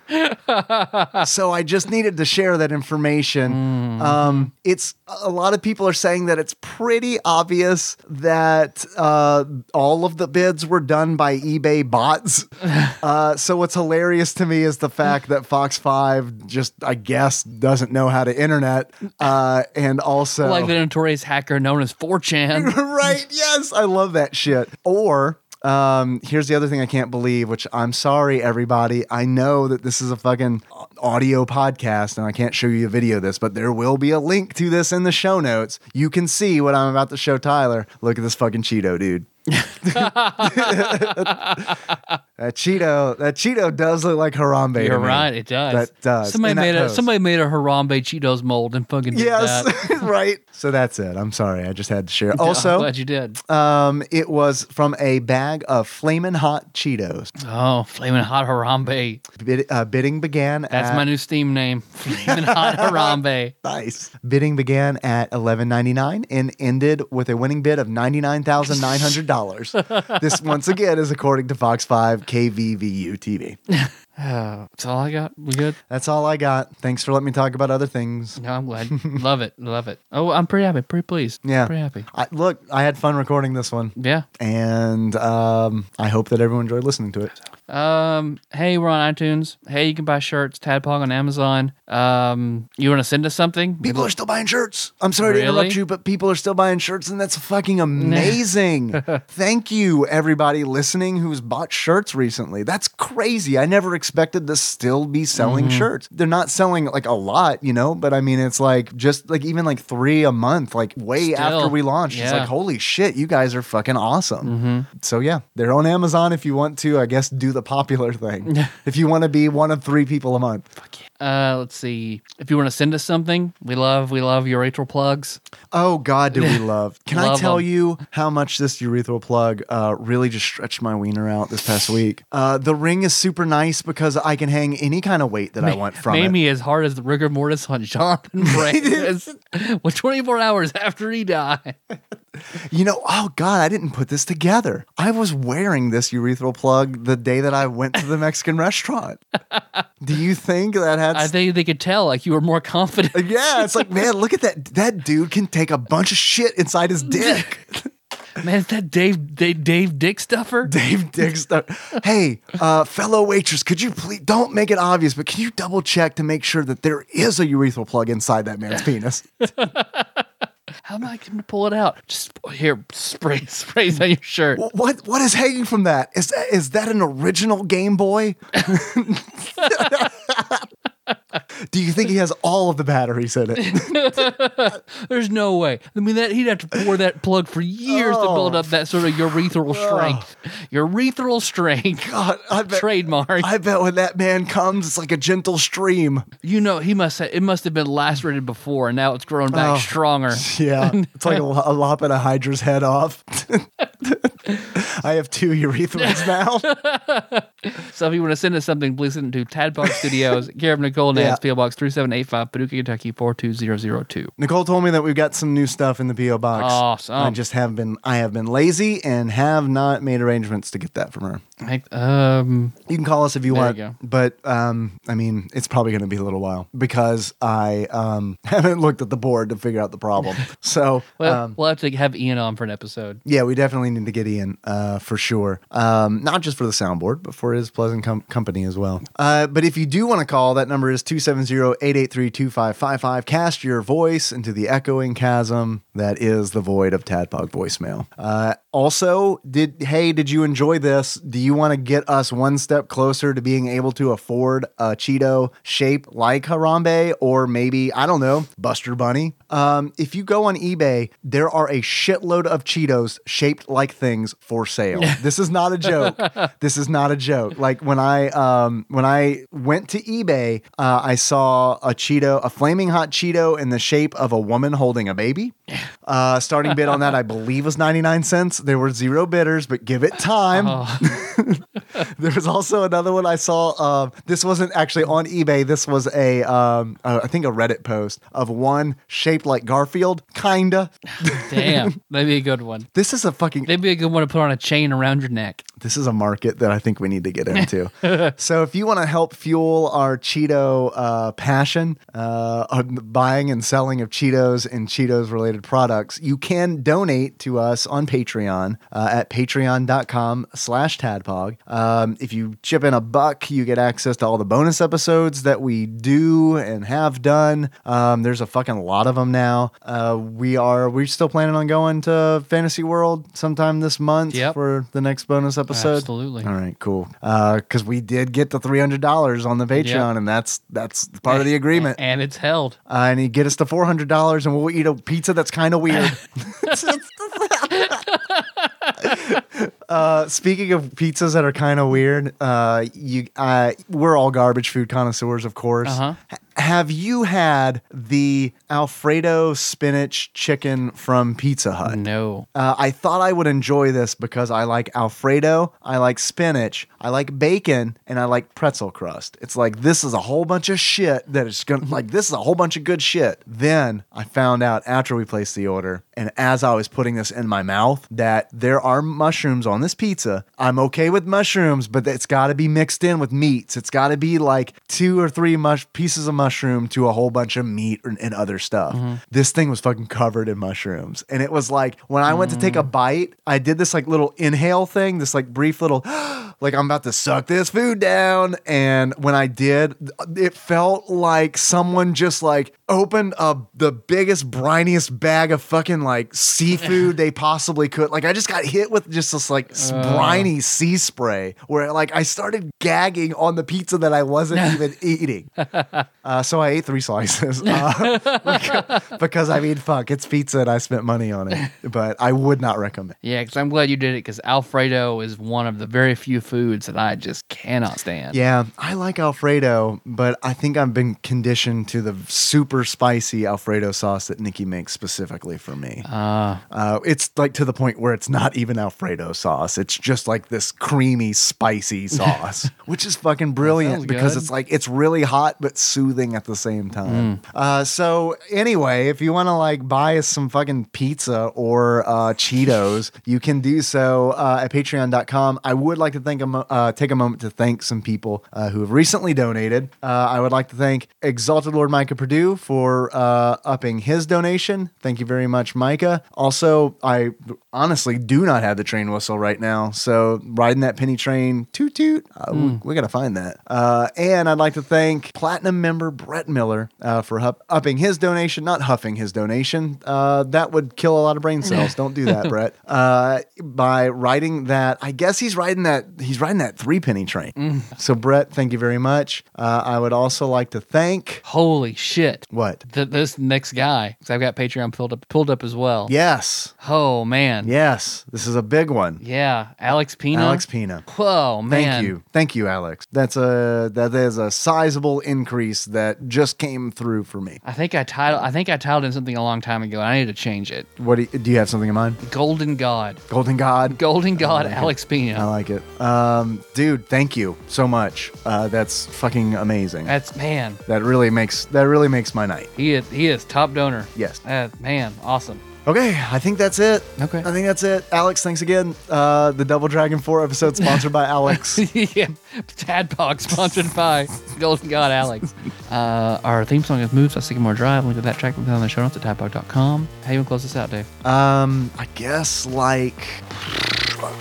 so I just needed to share that information. Um, it's a lot of people are saying that it's pretty obvious that uh, all of the bids were done by eBay bots. uh, so what's hilarious to me is the fact that Fox Five just, I guess, doesn't know how to internet, uh, and also
Like the notorious hacker known as 4chan.
right. Yes, I love that shit. Or um, here's the other thing I can't believe, which I'm sorry, everybody. I know that this is a fucking audio podcast and I can't show you a video of this, but there will be a link to this in the show notes. You can see what I'm about to show Tyler. Look at this fucking Cheeto, dude. that Cheeto, that Cheeto does look like Harambe. to
You're
me.
right. It does.
That does.
Somebody
In that
made a
pose.
somebody made a Harambe Cheetos mold and fucking did that.
Yes, right. So that's it. I'm sorry. I just had to share.
I'm
Also,
glad you did.
Um, it was from a bag of flaming hot Cheetos.
Oh, flaming hot Harambe.
Bid, uh, bidding began
That's
at
my new Steam name. Flaming hot Harambe.
nice. Bidding began at eleven ninety nine and ended with a winning bid of ninety nine thousand nine hundred dollars. this once again is according to Fox Five KVVU TV.
Oh, that's all I got. We good?
That's all I got. Thanks for letting me talk about other things.
No, I'm glad. love it. Love it. Oh, I'm pretty happy. Pretty pleased.
Yeah.
Pretty happy.
I, look, I had fun recording this one,
Yeah.
and um, I hope that everyone enjoyed listening to it.
Um, hey, we're on iTunes. Hey, you can buy shirts, Tadpog on Amazon. Um, you want to send us something?
People are still buying shirts. I'm sorry to
Really?
interrupt you, but people are still buying shirts, and that's fucking amazing. Thank you, everybody listening who's bought shirts recently. That's crazy. I never expected to still be selling
Mm-hmm.
shirts. They're not selling like a lot, you know, but I mean, it's like just like even like three a month, like way
Still,
after we launched. It's
yeah. Mm-hmm.
like, holy shit, you guys are fucking awesome. So, yeah, they're on Amazon if you want to, I guess, do the popular thing. if you want to be one of three people a month.
Uh, let's see. If you want to send us something, we love, we love your urethral plugs.
Oh God, do we love? Can
Love
I tell
'em.
you how much this urethral plug uh, really just stretched my wiener out this past week? Uh, the ring is super nice because I can hang any kind of weight that I want from
Made
it.
me as hard as the rigor mortis on Jonathan Brandis. well, 24 hours after he died.
You know, oh God, I didn't put this together. I was wearing this urethral plug the day that I went to the Mexican restaurant. Do you think that had?
I think they could tell, like, you were more confident.
yeah, it's like man, look at that. That dude can take a bunch of shit inside his dick.
Man, is that Dave, Dave, Dave Dick Stuffer?
Dave Dick stuff. Hey, uh, fellow waitress, could you please don't make it obvious, but can you double check to make sure that there is a urethral plug inside that man's penis?
How am I going to pull it out? Just here, spray, spray it on your shirt.
Wh- What what is hanging from that? Is that is that an original Game Boy? Do you think he has all of the batteries in it?
There's no way. I mean, that he'd have to pour that plug for years to build
Oh.
up that sort of urethral strength. Urethral strength.
God, I bet,
Trademark.
I bet when that man comes, it's like a gentle stream.
you know, he must have, it must have been lacerated before, and now it's grown back
Oh.
stronger.
Yeah, it's like a, lo- a lopping a hydra's head off. I have two urethras now.
So if you want to send us something, please send it to Tadpog Studios, care of Nicole Nance, PO Box 3785, Paducah, Kentucky 42002.
Nicole told me that we've got some new stuff in the PO box.
Awesome.
I just have been I have been lazy and have not made arrangements to get that from her.
Make- Um,
You can call us if you
There
want,
you go.
but um, I mean, it's probably going to be a little while because I um, haven't looked at the board to figure out the problem. so
well,
um,
we'll have to have Ian on for an episode.
yeah, we definitely need to get Ian uh, for sure. Um, not just for the soundboard, but for his pleasant com- company as well. Uh, but if you do want to call, that number is 270 883 2555. Cast your voice into the echoing chasm that is the void of Tadpog voicemail. Uh, Also, did hey, did you enjoy this? Do you want to get us one step closer to being able to afford a Cheeto shaped like Harambe or maybe, I don't know, Buster Bunny? Um, if you go on eBay, there are a shitload of Cheetos shaped like things for sale. this is not a joke. this is not a joke. Like when I um, when I went to eBay, uh, I saw a Cheeto, a flaming hot Cheeto in the shape of a woman holding a baby. Uh, starting bid on that, I believe, was 99 cents. There were zero bidders, but give it time. there was also another one I saw. Uh, this wasn't actually on eBay. This was a, um, uh, I think, a Reddit post of one shaped like Garfield, kinda.
Damn, that'd be a good one.
This is a fucking
That'd be a good one to put on a chain around your neck.
this is a market that I think we need to get into. so if you want to help fuel our Cheeto uh, passion, uh, on the buying and selling of Cheetos and Cheetos related products, you can donate to us on Patreon uh, at patreon.com slash tadpog. Um, if you chip in a buck, you get access to all the bonus episodes that we do and have done. Um, there's a fucking lot of them now. Uh, we are, we're still planning on going to Fantasy World sometime this month
Yep.
for the next bonus episode episode?
Absolutely.
All right, cool. Because we did get the three hundred dollars on the Patreon,
Yeah.
and that's that's part
Eh,
of the agreement.
And it's held.
Uh, and you get us to four hundred dollars, and we'll eat a pizza that's kind of weird. uh, speaking of pizzas that are kind of weird, uh, you uh, we're all garbage food connoisseurs, of course.
Uh-huh.
H- have you had the Alfredo spinach chicken from Pizza Hut?
No.
Uh, I thought I would enjoy this because I like Alfredo, I like spinach, I like bacon, and I like pretzel crust. It's like this is a whole bunch of shit that is gonna like this is a whole bunch of good shit. Then I found out after we placed the order, and as I was putting this in my mouth, that there are mushrooms on this pizza. I'm okay with mushrooms, but it's got to be mixed in with meats. It's got to be like two or three mush pieces of mushroom to a whole bunch of meat and, and other stuff. This thing was fucking covered in mushrooms, and it was like when I went to take a bite, I did this like little inhale thing, this like brief little. Like I'm about to suck this food down, and when I did, it felt like someone just like opened up the biggest briniest bag of fucking like seafood they possibly could. Like I just got hit with just this like s- briny sea spray, where like I started gagging on the pizza that I wasn't even eating. Uh, so I ate three slices uh, because, because, I mean, fuck, it's pizza and I spent money on it, but I would not recommend.
Yeah, because I'm glad you did it because Alfredo is one of the very few foods that I just cannot stand.
Yeah, I like Alfredo, but I think I've been conditioned to the super spicy Alfredo sauce that Nikki makes specifically for me.
Uh,
Uh, it's like to the point where it's not even Alfredo sauce. It's just like this creamy, spicy sauce, which is fucking brilliant
sounds
because
good.
it's like it's really hot but soothing at the same time. Uh, so anyway, if you want to like buy us some fucking pizza or uh, Cheetos, you can do so uh, at Patreon.com. I would like to thank a mo- uh, take a moment to thank some people uh, who have recently donated. Uh, I would like to thank Exalted Lord Micah Purdue for uh, upping his donation. Thank you very much, Micah. Also, I honestly do not have the train whistle right now. So riding that penny train, toot toot. Uh, we- we, gotta find that. Uh, and I'd like to thank platinum member Brett Miller uh, for hup- upping his donation, not huffing his donation. Uh, that would kill a lot of brain cells. Don't do that, Brett. Uh, by riding that, I guess he's riding that. He's riding that three penny train. So Brett, thank you very much. Uh, I would also like to thank
holy shit.
what?
Th- this next guy, because I've got Patreon pulled up, pulled up as well.
Yes,
Oh, man.
yes. This is a big one.
Yeah. Alex Pina.
Alex Pina.
Whoa, man.
Thank you. Thank you, Alex. That's a that is a sizable increase that just came through for me.
I think I titled I think I titled in something a long time ago. and I need to change it.
What do you, do you have something in mind?
Golden God.
Golden God.
Golden God Alex
Oh, I
Pina.
like it. Um, dude, thank you so much. Uh, that's fucking amazing.
That's man.
That really makes that really makes my night.
He is he is top donor.
Yes.
Uh, man, awesome.
Okay, I think that's it.
Okay.
I think that's it. Alex, thanks again. Uh, the Double Dragon 4 episode sponsored by Alex.
yeah, Tadpog sponsored by Golden God Alex. Uh, our theme song is Moves by Sycamore Drive. Link to that track will be on the show notes at tadpog.com. How you want to close this out, Dave?
Um, I guess like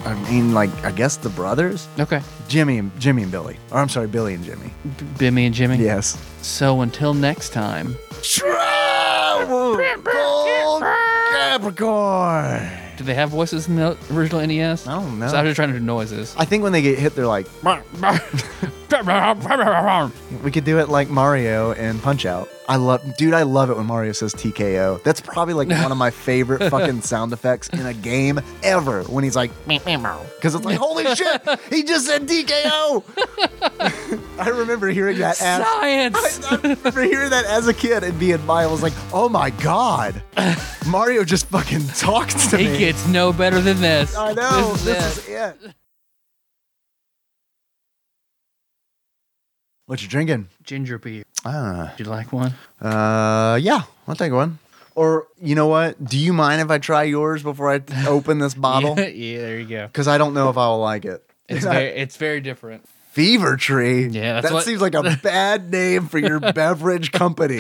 I mean like I guess the brothers?
Okay.
Jimmy and Jimmy and Billy. Or I'm sorry, Billy and Jimmy.
B- Bimmy and Jimmy.
Yes.
So until next time.
Travel Gold Capricorn.
Do they have voices in the original NES?
I don't know.
So I was just trying to do noises.
I think when they get hit, they're like, we could do it like Mario and Punch Out. I love, dude, I love it when Mario says TKO. That's probably like one of my favorite fucking sound effects in a game ever. When he's like, because it's like, holy shit, he just said TKO. I remember hearing that as
Science!
I remember hearing that as a kid and being Maya was like, oh my god, Mario just fucking talks to
He
me.
gets no better than this.
I know
This is it.
this is it. What you drinking?
Ginger beer.
Ah.
Would you like one?
Uh, yeah, I'll take one. Or you know what? Do you mind if I try yours before I open this bottle?
Yeah, yeah, there you go.
Because I don't know if I will like it.
It's very, it's very different.
Fever Tree.
Yeah, that's
that
what-
seems like a bad name for your beverage company.